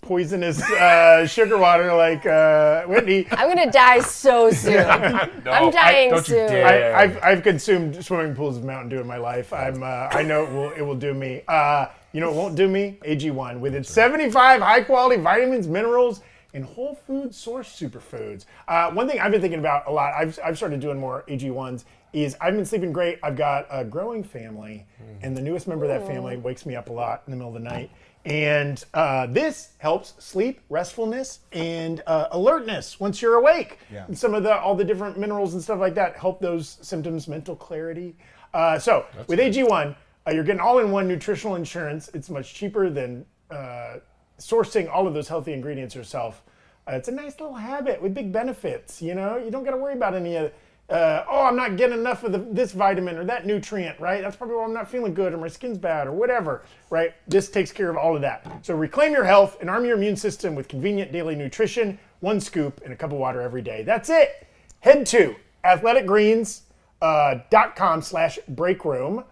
Speaker 1: poisonous uh, sugar water like uh, Whitney,
Speaker 2: I'm gonna die
Speaker 3: [laughs]
Speaker 2: so soon.
Speaker 3: No,
Speaker 2: I'm dying
Speaker 3: I, don't
Speaker 2: soon.
Speaker 3: You dare.
Speaker 1: I, I've, I've consumed swimming pools of Mountain Dew in my life. I'm, uh, I know it will, it will do me. Uh, you know, it won't do me. AG1 with its 75 high quality vitamins, minerals, and whole food source superfoods. Uh, one thing I've been thinking about a lot, I've, I've started doing more AG1s, is I've been sleeping great. I've got a growing family, and the newest member of that family wakes me up a lot in the middle of the night. And uh, this helps sleep, restfulness, and uh, alertness once you're awake.
Speaker 4: Yeah.
Speaker 1: And some of the all the different minerals and stuff like that help those symptoms, mental clarity. Uh, so with AG1, uh, you're getting all-in-one nutritional insurance. It's much cheaper than uh, sourcing all of those healthy ingredients yourself. Uh, it's a nice little habit with big benefits. You know, you don't got to worry about any of. Uh, oh, I'm not getting enough of the, this vitamin or that nutrient, right? That's probably why I'm not feeling good or my skin's bad or whatever, right? This takes care of all of that. So reclaim your health and arm your immune system with convenient daily nutrition, one scoop and a cup of water every day. That's it. Head to athleticgreens.com slash breakroom.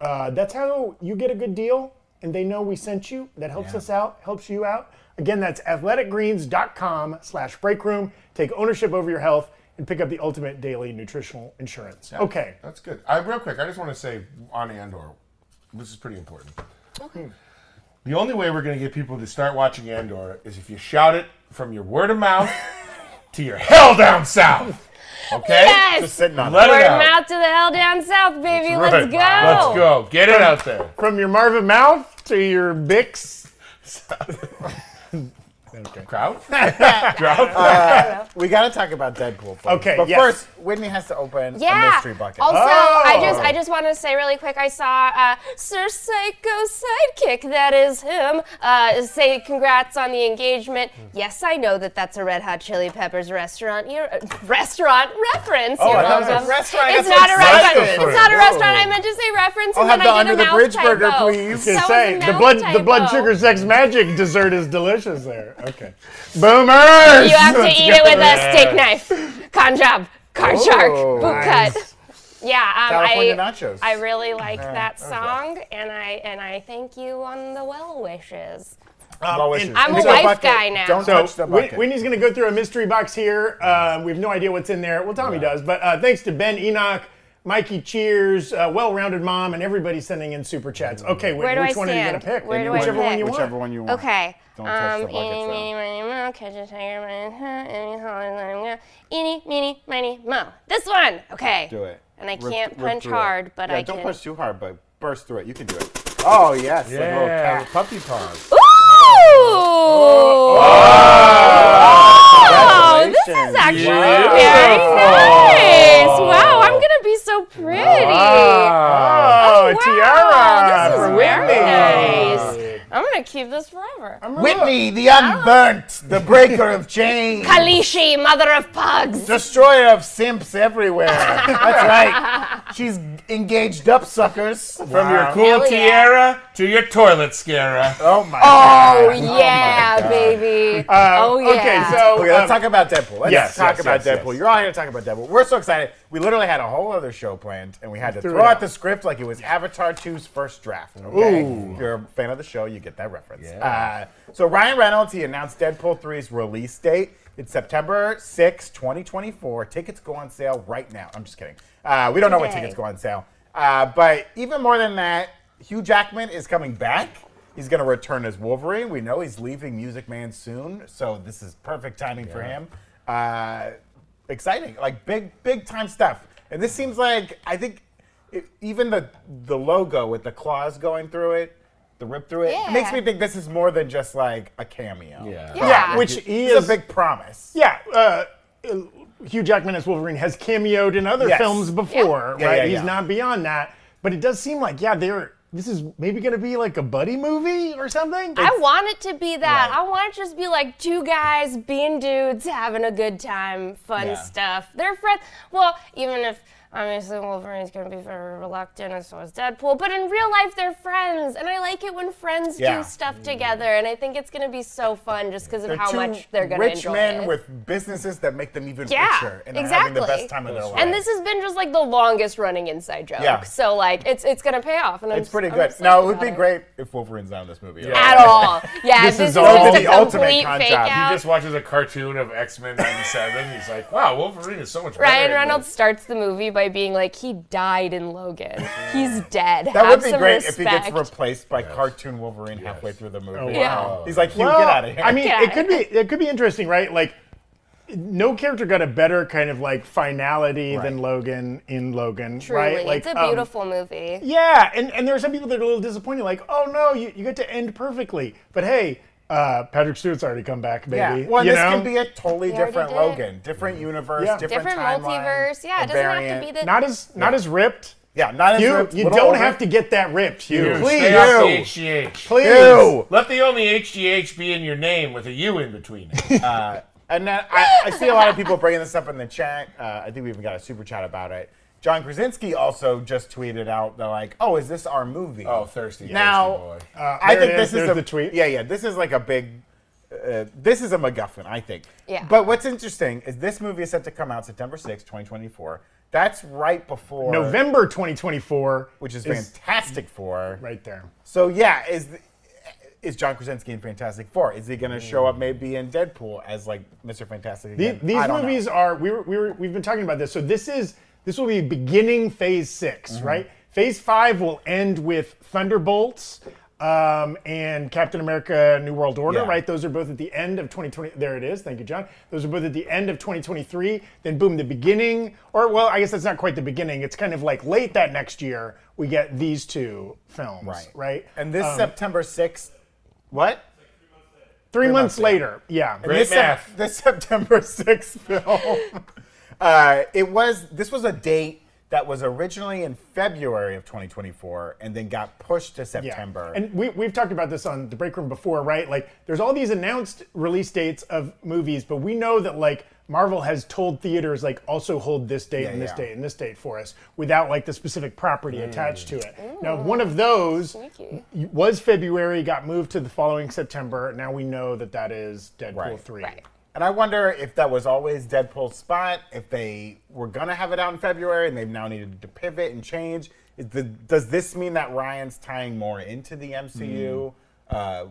Speaker 1: Uh, that's how you get a good deal and they know we sent you. That helps us out, helps you out. Again, that's athleticgreens.com slash breakroom. Take ownership over your health and pick up the ultimate daily nutritional insurance. Okay.
Speaker 3: That's good. I, real quick, I just want to say on Andor, this is pretty important. The only way we're going to get people to start watching Andor is if you shout it from your word of mouth to your hell down south. Okay?
Speaker 2: yes.
Speaker 4: Sitting on
Speaker 3: Let
Speaker 2: Word
Speaker 3: it
Speaker 2: of
Speaker 3: out.
Speaker 2: mouth to the hell down south, baby.
Speaker 3: Right.
Speaker 2: Let's go.
Speaker 3: Let's go. Get it out there.
Speaker 1: From your Marva mouth to your Bix.
Speaker 3: [laughs] [laughs] Crowd?
Speaker 4: it. We gotta talk about Deadpool. First.
Speaker 1: Okay,
Speaker 4: But
Speaker 1: yes.
Speaker 4: first, Whitney has to open
Speaker 2: Yeah.
Speaker 4: a mystery bucket.
Speaker 2: Also,
Speaker 1: Oh.
Speaker 2: I just I just want to say really quick. I saw uh, Sir Psycho sidekick, that is him, uh, say congrats on the engagement.
Speaker 4: Hmm.
Speaker 2: Yes, I know that that's a Red Hot Chili Peppers restaurant ear- uh, restaurant reference.
Speaker 4: Oh,
Speaker 2: Ear-
Speaker 4: I thought it was
Speaker 2: um,
Speaker 4: a restaurant.
Speaker 2: It's
Speaker 4: That's
Speaker 2: not a
Speaker 4: what it
Speaker 2: restaurant.
Speaker 4: said.
Speaker 2: It's not a
Speaker 4: Whoa.
Speaker 2: restaurant. I meant to say reference, and
Speaker 4: I'll
Speaker 2: then
Speaker 4: have the
Speaker 2: I did
Speaker 4: under
Speaker 2: a
Speaker 4: the
Speaker 2: mouth
Speaker 4: bridge
Speaker 2: typo.
Speaker 4: burger, please.
Speaker 1: Just
Speaker 2: That was
Speaker 1: say
Speaker 2: a
Speaker 1: the
Speaker 2: mouth
Speaker 1: blood the blood
Speaker 2: typo.
Speaker 1: sugar sex magic dessert is delicious there. Okay. Boomers!
Speaker 2: You have to eat it with a
Speaker 3: Yes.
Speaker 2: steak knife. Con job. Car shark.
Speaker 4: Oh,
Speaker 2: Boot cut. Yeah, um,
Speaker 4: California
Speaker 2: I,
Speaker 4: nachos.
Speaker 2: I really like that
Speaker 4: was
Speaker 2: song, and I and I thank you on the well wishes.
Speaker 4: Well wishes.
Speaker 1: and-
Speaker 2: I'm a
Speaker 4: Don't
Speaker 2: wife
Speaker 4: bucket.
Speaker 2: guy now.
Speaker 4: Don't
Speaker 1: So
Speaker 4: touch the
Speaker 1: Whi-
Speaker 4: bucket.
Speaker 1: Whitney's going to go through a mystery box here. Uh, we have no idea what's in there. Well, Tommy does. But uh, thanks to Ben Enoch, Mikey Cheers, uh, well-rounded mom, and everybody sending in super chats.
Speaker 4: Mm-hmm.
Speaker 1: Okay, Whitney,
Speaker 2: Where do
Speaker 1: which
Speaker 2: I
Speaker 1: one are you going
Speaker 2: stand?
Speaker 1: to pick?
Speaker 2: Where do I
Speaker 1: whichever one
Speaker 2: pick?
Speaker 1: you
Speaker 4: Whichever
Speaker 1: want.
Speaker 4: one you want.
Speaker 2: Okay. Um,
Speaker 4: Don't touch the bucket,
Speaker 2: eeny,
Speaker 4: though.
Speaker 2: meeny, miny, mo. Catch a tiger by the tail, any holiday, let him go. Eeny, meeny, miny, mo. This one. Okay.
Speaker 4: Do it.
Speaker 2: And I
Speaker 4: Rip-
Speaker 2: can't
Speaker 4: rip
Speaker 2: punch
Speaker 4: through it.
Speaker 2: hard, but
Speaker 4: yeah,
Speaker 2: I
Speaker 4: don't
Speaker 2: can.
Speaker 4: punch too hard, but burst through it. You can do it. Oh yes, like a
Speaker 3: [laughs]
Speaker 4: little
Speaker 3: Yeah,
Speaker 4: cat-
Speaker 3: puppy paws.
Speaker 2: Ooh! Oh, this is
Speaker 4: Congratulations.
Speaker 2: actually
Speaker 3: Beautiful.
Speaker 2: very nice. Wow, I'm gonna be so pretty.
Speaker 4: Uh,
Speaker 1: Oh, a
Speaker 2: Wow,
Speaker 1: tiara
Speaker 2: This is
Speaker 1: for
Speaker 2: very
Speaker 1: Whitney.
Speaker 2: nice. I'm gonna keep this forever.
Speaker 4: Whitney, the unburnt, the breaker of chains,
Speaker 2: Kalishi, mother of pugs.
Speaker 4: destroyer of simps everywhere. That's right. She's engaged up [laughs] suckers from
Speaker 3: From your
Speaker 4: your.
Speaker 3: cool
Speaker 2: Hell yeah.
Speaker 3: tiara to your toilet scara.
Speaker 4: Oh my.
Speaker 2: Oh
Speaker 4: God.
Speaker 2: yeah, baby.
Speaker 1: Uh,
Speaker 2: oh yeah.
Speaker 1: Okay, so
Speaker 4: Okay, let's
Speaker 1: um,
Speaker 4: talk about Deadpool. Let's
Speaker 1: yes,
Speaker 4: talk
Speaker 1: yes,
Speaker 4: about
Speaker 1: yes,
Speaker 4: Deadpool.
Speaker 1: yes.
Speaker 4: You're all here to talk about Deadpool. We're so excited. We literally had a whole other show planned, and we had to
Speaker 1: Threw
Speaker 4: throw
Speaker 1: it
Speaker 4: out
Speaker 1: out.
Speaker 4: the script like it was Avatar 2's first draft. Okay? If you're a fan of the show, you get that reference. Uh, so Ryan Reynolds, he announced Deadpool 3's release date. It's September 6, 2024. Tickets go on sale right now. I'm just kidding. Uh, we don't know what
Speaker 2: Today.
Speaker 4: tickets go on sale. Uh, but even more than that, Hugh Jackman is coming back. He's going to return as Wolverine. We know he's leaving Music Man soon, so this is perfect timing for him. Uh, exciting, like big, big time stuff. And this seems like I think it, even the the logo with the claws going through it, the rip through it, it makes
Speaker 2: Yeah.
Speaker 4: me think this is more than just like a cameo.
Speaker 3: Yeah.
Speaker 2: Yeah.
Speaker 1: which he
Speaker 4: This is
Speaker 1: is
Speaker 4: a big promise.
Speaker 1: Yeah, uh, Hugh Jackman as Wolverine has cameoed in other
Speaker 4: Yes.
Speaker 1: films before,
Speaker 4: Yeah,
Speaker 1: right?
Speaker 4: yeah,
Speaker 1: He's
Speaker 4: yeah.
Speaker 1: not beyond that, but it does seem like yeah, they're this is maybe going to be like a buddy movie or something.
Speaker 2: I want it to be that. I want it to just be like two guys being dudes, having a good time, fun
Speaker 4: Yeah.
Speaker 2: stuff. They're friends. Well, even if obviously Wolverine's gonna be very reluctant, and so is Deadpool. But in real life, they're friends, and I like it when friends
Speaker 4: Yeah.
Speaker 2: do stuff together. And I think it's gonna be so fun just because of
Speaker 4: They're
Speaker 2: how
Speaker 4: two
Speaker 2: much they're gonna
Speaker 4: rich
Speaker 2: enjoy
Speaker 4: men
Speaker 2: it.
Speaker 4: with businesses that make them even
Speaker 2: Yeah,
Speaker 4: richer and they're having the
Speaker 2: exactly.
Speaker 4: best time of their life.
Speaker 2: and this has been just like the longest running inside joke.
Speaker 4: Yeah.
Speaker 2: So like it's it's gonna pay off. And I'm
Speaker 4: It's pretty
Speaker 2: s- I'm
Speaker 4: good.
Speaker 2: psyched
Speaker 4: No, it would
Speaker 2: about
Speaker 4: be great if Wolverine's not in this movie.
Speaker 2: At all. Yeah,
Speaker 4: This
Speaker 2: this, is,
Speaker 4: is all
Speaker 2: just
Speaker 4: the
Speaker 2: a
Speaker 4: ultimate
Speaker 2: complete
Speaker 4: con
Speaker 2: fake
Speaker 4: job. You
Speaker 2: out.
Speaker 3: He just watches a cartoon of X Men '97. He's like, "Wow, Wolverine is so much better."
Speaker 2: Ryan
Speaker 3: than
Speaker 2: Reynolds
Speaker 3: this."
Speaker 2: starts the movie by being like, he died in
Speaker 4: [laughs]
Speaker 2: Logan. He's dead.
Speaker 4: That
Speaker 2: Have
Speaker 4: would be
Speaker 2: some
Speaker 4: great if he
Speaker 2: respect.
Speaker 4: gets replaced by cartoon Wolverine halfway through the movie.
Speaker 2: wow.
Speaker 4: He's like, Hugh,
Speaker 1: Oh, Well,
Speaker 4: get out of here.
Speaker 1: I mean,
Speaker 2: Get
Speaker 1: it
Speaker 2: outta
Speaker 1: could be it could be interesting, right? Like, no character got a better kind of like finality than Logan in Logan,
Speaker 2: Truly.
Speaker 1: right? Like,
Speaker 2: it's a
Speaker 1: um,
Speaker 2: beautiful movie.
Speaker 1: yeah, and and there are some people that are a little disappointed, like, oh no, you, you get to end perfectly, but hey. Uh, Patrick Stewart's already come back, baby.
Speaker 4: yeah. Well,
Speaker 1: you
Speaker 4: this
Speaker 1: know? Mm-hmm.
Speaker 4: can be a totally
Speaker 2: He already
Speaker 4: different
Speaker 2: did.
Speaker 4: Logan, different universe,
Speaker 1: Yeah.
Speaker 4: different,
Speaker 2: Different
Speaker 4: timeline,
Speaker 2: multiverse. Yeah,
Speaker 4: a
Speaker 2: it doesn't have
Speaker 4: variant.
Speaker 2: to be the.
Speaker 1: not as not as ripped.
Speaker 4: Yeah, not as
Speaker 1: You
Speaker 4: ripped,
Speaker 1: you
Speaker 4: little
Speaker 1: don't
Speaker 4: older.
Speaker 1: have to get that ripped, Hugh.
Speaker 3: Dude,
Speaker 1: Please,
Speaker 3: stay off
Speaker 4: you.
Speaker 3: the HGH.
Speaker 1: please.
Speaker 4: Ew.
Speaker 3: Let the only HGH be in your name with a U in between
Speaker 1: [laughs]
Speaker 3: it.
Speaker 4: And then I, I see a lot of people bringing this up in the chat. Uh, I think we even got a super chat about it. John Krasinski also just tweeted out, they're like, oh, is this our movie?
Speaker 3: Oh, thirsty,
Speaker 4: Now,
Speaker 3: thirsty boy.
Speaker 4: Uh, I
Speaker 1: there
Speaker 4: think
Speaker 1: it is.
Speaker 4: this is
Speaker 1: There's
Speaker 4: a
Speaker 1: the tweet.
Speaker 4: Yeah, yeah. This is like a big. Uh, this is a MacGuffin, I think.
Speaker 2: Yeah.
Speaker 4: But what's interesting is this movie is set to come out September 6, 2024. That's right before
Speaker 1: November 2024,
Speaker 4: which is, Fantastic Four.
Speaker 1: right there.
Speaker 4: So yeah, is is John Krasinski in Fantastic Four? Is he going to show up maybe in Deadpool as like Mr. Fantastic?
Speaker 1: The-
Speaker 4: Again? I
Speaker 1: these
Speaker 4: don't know.
Speaker 1: movies are we were, we were we've been talking about this. So this is this will be beginning Phase 6 right? Phase Five will end with Thunderbolts um, and Captain America: New World Order,
Speaker 4: Yeah.
Speaker 1: right? Those are both at the end of 2020. There it is. Thank you, John. Those are both at the end of 2023. Then boom, the beginning, or well, I guess that's not quite the beginning. It's kind of like late that next year we get these two films, right? Right. Um,
Speaker 4: And this September 6th, what?
Speaker 1: three, months, later, yeah.
Speaker 3: Great
Speaker 4: this, Sep-
Speaker 1: [laughs]
Speaker 3: math.
Speaker 4: this September 6th film. [laughs] uh, it was this was a date that was originally in February of 2024 and then got pushed to
Speaker 1: Yeah.
Speaker 4: September.
Speaker 1: And we, we've talked about this on the break room before, right? Like, there's all these announced release dates of movies, but we know that, like, Marvel has told theaters, like, also hold this date and this
Speaker 4: yeah. Mm.
Speaker 1: date and this date for us without, like, the specific property attached to it. Now, one of those y- was February, got moved to the following September. Now we know that that is Deadpool
Speaker 4: Right.
Speaker 1: 3.
Speaker 2: Right.
Speaker 4: And I wonder if that was always Deadpool's spot, if they were going to have it out in February and they've now needed to pivot and change. Is the, does this mean that Ryan's tying more into the MCU
Speaker 2: Hmm.
Speaker 4: uh,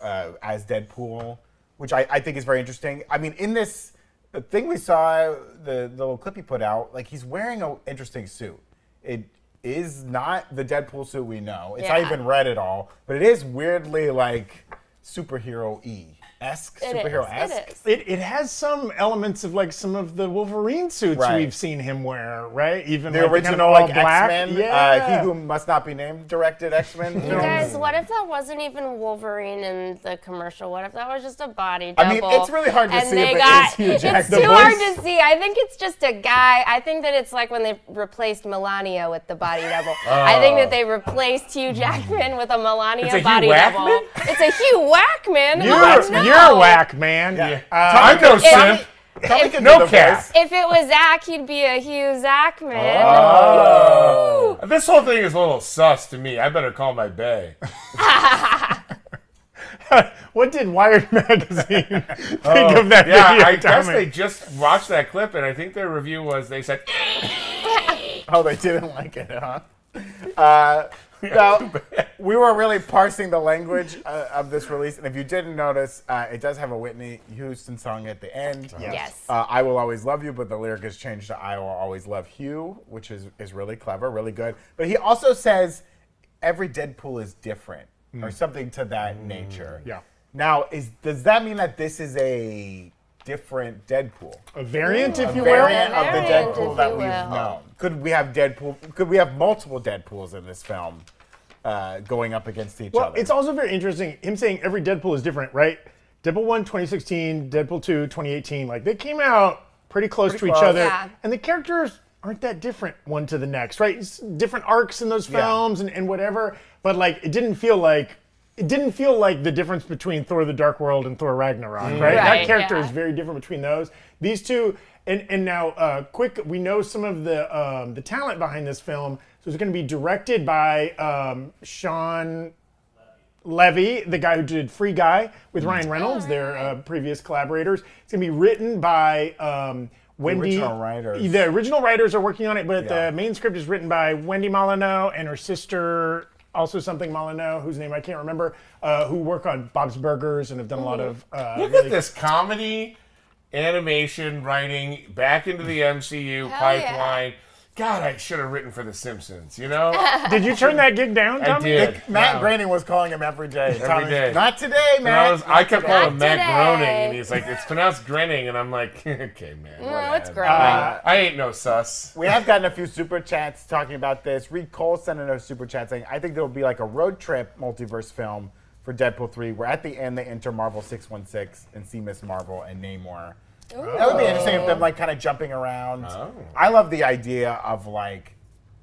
Speaker 4: uh, as Deadpool, which I, I think is very interesting? I mean, in this the thing we saw, the, the little clip he put out, like he's wearing an interesting suit. It is not the Deadpool suit we know. It's not
Speaker 2: Yeah.
Speaker 4: even red at all, but it is weirdly like superhero e esque,
Speaker 2: It is.
Speaker 4: superhero esque.
Speaker 2: It is.
Speaker 1: It, it has some elements of like some of the Wolverine suits
Speaker 4: Right.
Speaker 1: we've seen him wear, right? Even
Speaker 4: The
Speaker 1: like, the kind of
Speaker 4: original
Speaker 1: all
Speaker 4: like
Speaker 1: black.
Speaker 4: X Men, uh,
Speaker 1: Yeah.
Speaker 4: he who must not be named directed X Men.
Speaker 2: You guys, what if that wasn't even Wolverine in the commercial? What if that was just a body double?
Speaker 4: I mean, it's really hard to
Speaker 2: and
Speaker 4: see
Speaker 2: they
Speaker 4: if it
Speaker 2: got,
Speaker 4: is Hugh
Speaker 2: [laughs]
Speaker 4: Jack-
Speaker 2: It's
Speaker 4: the
Speaker 2: too hard
Speaker 4: voice.
Speaker 2: to see. I think it's just a guy. I think that it's like when they replaced Melania with the body double. I think
Speaker 4: Oh.
Speaker 2: that they replaced Hugh Jackman with a Melania
Speaker 3: It's a Hugh
Speaker 2: body double.
Speaker 3: Wackman?
Speaker 2: It's a Hugh Whackman.
Speaker 1: You're,
Speaker 2: no.
Speaker 1: you're whack, man. Uh,
Speaker 3: I know, simp.
Speaker 2: If,
Speaker 3: No cap.
Speaker 2: if it was Zach, he'd be a Hugh Zachman.
Speaker 4: Oh,
Speaker 3: This whole thing is a little sus to me. I better call
Speaker 1: [laughs]
Speaker 3: my bay.
Speaker 1: what did Wired [laughs] Magazine think of that
Speaker 3: Oh, Yeah,
Speaker 1: video?
Speaker 3: I guess
Speaker 1: Tommy?
Speaker 3: they just watched that clip, and I think their review was they said,
Speaker 4: Oh, they didn't like it, huh? Uh,
Speaker 2: [laughs]
Speaker 4: now, we were really parsing the language uh, of this release, and if you didn't notice, uh, it does have a Whitney Houston song at the end.
Speaker 2: Yes.
Speaker 4: Uh, I will always love you, but the lyric has changed to I will always love Hugh, which is is really clever, really good. But he also says every Deadpool is different,
Speaker 2: Hmm.
Speaker 4: or something to that nature.
Speaker 1: Yeah.
Speaker 4: Now, is does that mean that this is a different Deadpool?
Speaker 1: a variant, if you
Speaker 4: variant
Speaker 1: will.
Speaker 4: of the
Speaker 2: Variant, if
Speaker 4: Deadpool
Speaker 2: you
Speaker 4: that we've
Speaker 2: will.
Speaker 4: known. Could we have Deadpool? Could we have multiple Deadpools in this film uh, going up against each
Speaker 1: Well,
Speaker 4: other?
Speaker 1: it's also very interesting. Him saying every Deadpool is different, right? Deadpool 1, 2016, Deadpool 2, 2018. Like, they came out pretty close to each
Speaker 4: close.
Speaker 1: other.
Speaker 2: Yeah.
Speaker 1: And the characters aren't that different one to the next, right? It's different arcs in those films and, and whatever. But, like, it didn't feel like. It didn't feel like the difference between Thor the Dark World and Thor Ragnarok,
Speaker 4: Mm.
Speaker 1: right? That
Speaker 2: Right,
Speaker 1: character
Speaker 2: yeah.
Speaker 1: is very different between those. These two, and and now uh, quick, we know some of the um, the talent behind this film. So it's going to be directed by um, Sean Levy, the guy who did Free Guy with Ryan Reynolds, their uh, previous collaborators. It's gonna be written by um, Wendy.
Speaker 4: original writers.
Speaker 1: The original writers are working on it, but
Speaker 4: Yeah.
Speaker 1: the main script is written by Wendy Molyneux and her sister, also something Molyneux, whose name I can't remember, uh, who work on Bob's Burgers and have done a lot of. Uh,
Speaker 3: "Look
Speaker 1: really-
Speaker 3: at this comedy, animation, writing back into the
Speaker 2: Hell
Speaker 3: MCU
Speaker 2: yeah.
Speaker 3: pipeline." God, I should have written for The Simpsons.
Speaker 2: [laughs]
Speaker 3: You know,
Speaker 1: Did you turn that gig down,
Speaker 3: I
Speaker 1: Tommy?
Speaker 3: did.
Speaker 4: Matt
Speaker 3: Wow.
Speaker 4: Groening was calling him every day. Every
Speaker 3: day.
Speaker 4: Not today,
Speaker 3: And I,
Speaker 4: Matt.
Speaker 3: was, I kept
Speaker 4: Not
Speaker 3: calling him Matt
Speaker 2: today.
Speaker 3: Groening, and he's like, "It's pronounced grinning," and I'm like, [laughs] "Okay, man."
Speaker 2: No, Oh, it's
Speaker 3: whatever.
Speaker 2: growing.
Speaker 4: Uh,
Speaker 3: I ain't no sus.
Speaker 4: We have gotten a few super chats talking about this. Reed Cole sent in a super chat saying, I think there will be like a road trip multiverse film for Deadpool 3 where at the end they enter Marvel 616 and see Miss Marvel and Namor. That would be interesting if them like kind of jumping around.
Speaker 3: Oh.
Speaker 4: I love the idea of like,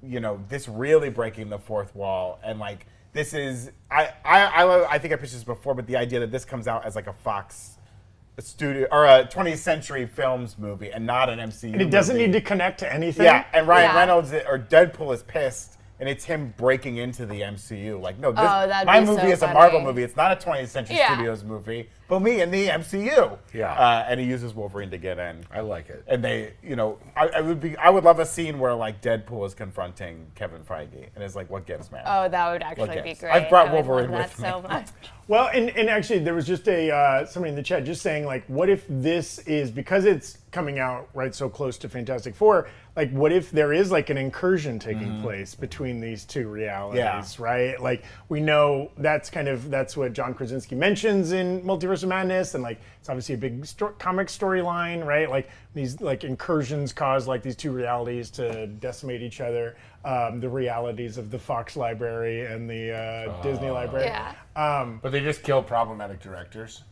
Speaker 4: you know, this really breaking the fourth wall and like this is I I I, love, I think I pitched this before, but the idea that this comes out as like a Fox studio or a 20th century films movie and not an MCU.
Speaker 1: It doesn't
Speaker 4: movie.
Speaker 1: need to connect to anything.
Speaker 4: Yeah, and Ryan
Speaker 2: Yeah.
Speaker 4: Reynolds or Deadpool is pissed, and it's him breaking into the MCU. Like, no, this,
Speaker 2: Oh, that'd
Speaker 4: my
Speaker 2: be so
Speaker 4: movie is a
Speaker 2: funny.
Speaker 4: Marvel movie. It's not a 20th Century
Speaker 2: Yeah.
Speaker 4: Studios movie, but me in the MCU.
Speaker 3: Yeah.
Speaker 4: uh, and he uses Wolverine to get in.
Speaker 3: I like it.
Speaker 4: And they, you know, I, I would be, I would love a scene where like Deadpool is confronting Kevin Feige, and is like, "What gives, man?"
Speaker 2: Oh, that would actually be
Speaker 4: yes.
Speaker 2: great.
Speaker 4: I've brought
Speaker 2: I would
Speaker 4: Wolverine
Speaker 2: love
Speaker 4: with
Speaker 2: that so
Speaker 4: [laughs]
Speaker 2: much.
Speaker 1: Well, and, and actually, there was just a uh, somebody in the chat just saying like, what if this is because it's coming out right so close to Fantastic Four? Like, what if there is like an incursion taking place between these two realities,
Speaker 4: Yeah.
Speaker 1: right? Like, we know that's kind of that's what John Krasinski mentions in Multiverse of Madness, and like it's obviously a big sto- comic storyline, right? Like these like incursions cause like these two realities to decimate each other. Um, the realities of the Fox Library and the uh, Disney Library.
Speaker 2: Yeah.
Speaker 3: But they just kill problematic directors.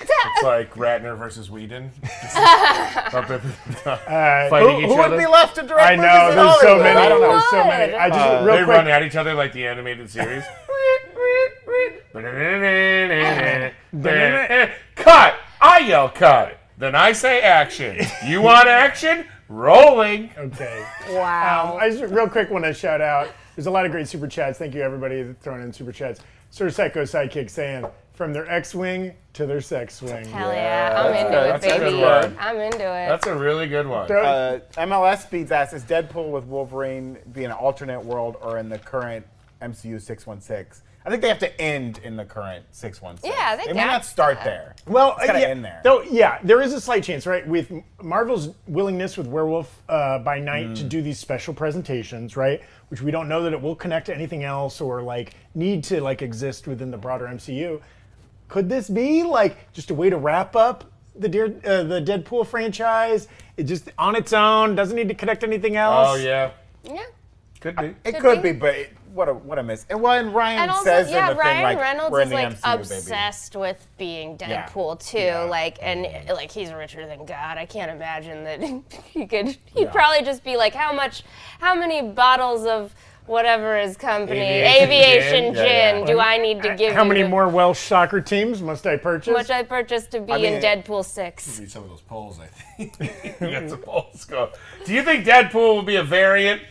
Speaker 3: it's like Ratner versus Whedon. Just up in- fighting
Speaker 1: Uh, who- who
Speaker 3: each
Speaker 4: Who
Speaker 3: other.
Speaker 4: would be left to direct
Speaker 1: I
Speaker 4: movies
Speaker 1: know.
Speaker 4: in
Speaker 1: There's so
Speaker 4: Hollywood?
Speaker 1: many.
Speaker 4: I don't know.
Speaker 1: There's so many. I just real
Speaker 3: they
Speaker 1: quick.
Speaker 3: run at each other like the animated series. cut! I yell cut. Then I say action. You want action? Rolling.
Speaker 1: Okay. Um,
Speaker 2: Wow.
Speaker 1: I just real quick want to shout out. There's a lot of great super chats. Thank you everybody that's throwing in super chats. Sir Psycho Sidekick saying from their X Wing to their sex swing.
Speaker 2: Hell yeah, I'm into it,
Speaker 3: that's a good
Speaker 2: baby.
Speaker 3: one.
Speaker 2: I'm into it.
Speaker 3: That's a really good one.
Speaker 4: Uh, MLS beats ass. Is Deadpool with Wolverine be in an alternate world or in the current MCU 616? I think they have to end in the current 616.
Speaker 2: Yeah, they
Speaker 4: they might
Speaker 2: got
Speaker 4: not start
Speaker 2: that.
Speaker 4: there.
Speaker 1: Well,
Speaker 4: it's gotta
Speaker 1: yeah,
Speaker 4: end there.
Speaker 1: Though, yeah, there is a slight chance, right? With Marvel's willingness with Werewolf uh, by Night
Speaker 4: Hmm.
Speaker 1: to do these special presentations, right? Which we don't know that it will connect to anything else or like need to like exist within the broader MCU. Could this be like just a way to wrap up the Dare, uh, the Deadpool franchise? It just on its own doesn't need to connect anything else.
Speaker 3: oh yeah,
Speaker 2: yeah.
Speaker 3: could be.
Speaker 4: It
Speaker 2: Could
Speaker 4: could,
Speaker 2: be.
Speaker 4: be, but it, what a what a miss. And well, and Ryan
Speaker 2: And also,
Speaker 4: says in
Speaker 2: yeah,
Speaker 4: the
Speaker 2: Ryan
Speaker 4: thing like
Speaker 2: Reynolds
Speaker 4: we're in
Speaker 2: is
Speaker 4: the
Speaker 2: like
Speaker 4: MCU, baby.
Speaker 2: obsessed with being
Speaker 4: Yeah. Mm-hmm.
Speaker 2: Deadpool too. Like, and like he's richer than God. I can't imagine that [laughs] he could. He'd
Speaker 4: Yeah.
Speaker 2: probably just be like, how much, how many bottles of whatever his company,
Speaker 3: Aviation
Speaker 2: aviation gin,
Speaker 3: gin? Yeah, yeah.
Speaker 2: do I need to give
Speaker 1: How
Speaker 2: you?
Speaker 1: many more Welsh soccer teams must I purchase?
Speaker 2: Much I purchased to be in
Speaker 4: mean-
Speaker 2: Deadpool six.
Speaker 3: Read some of those polls, I think. [laughs] That's a polls go. Do you think Deadpool will be a variant?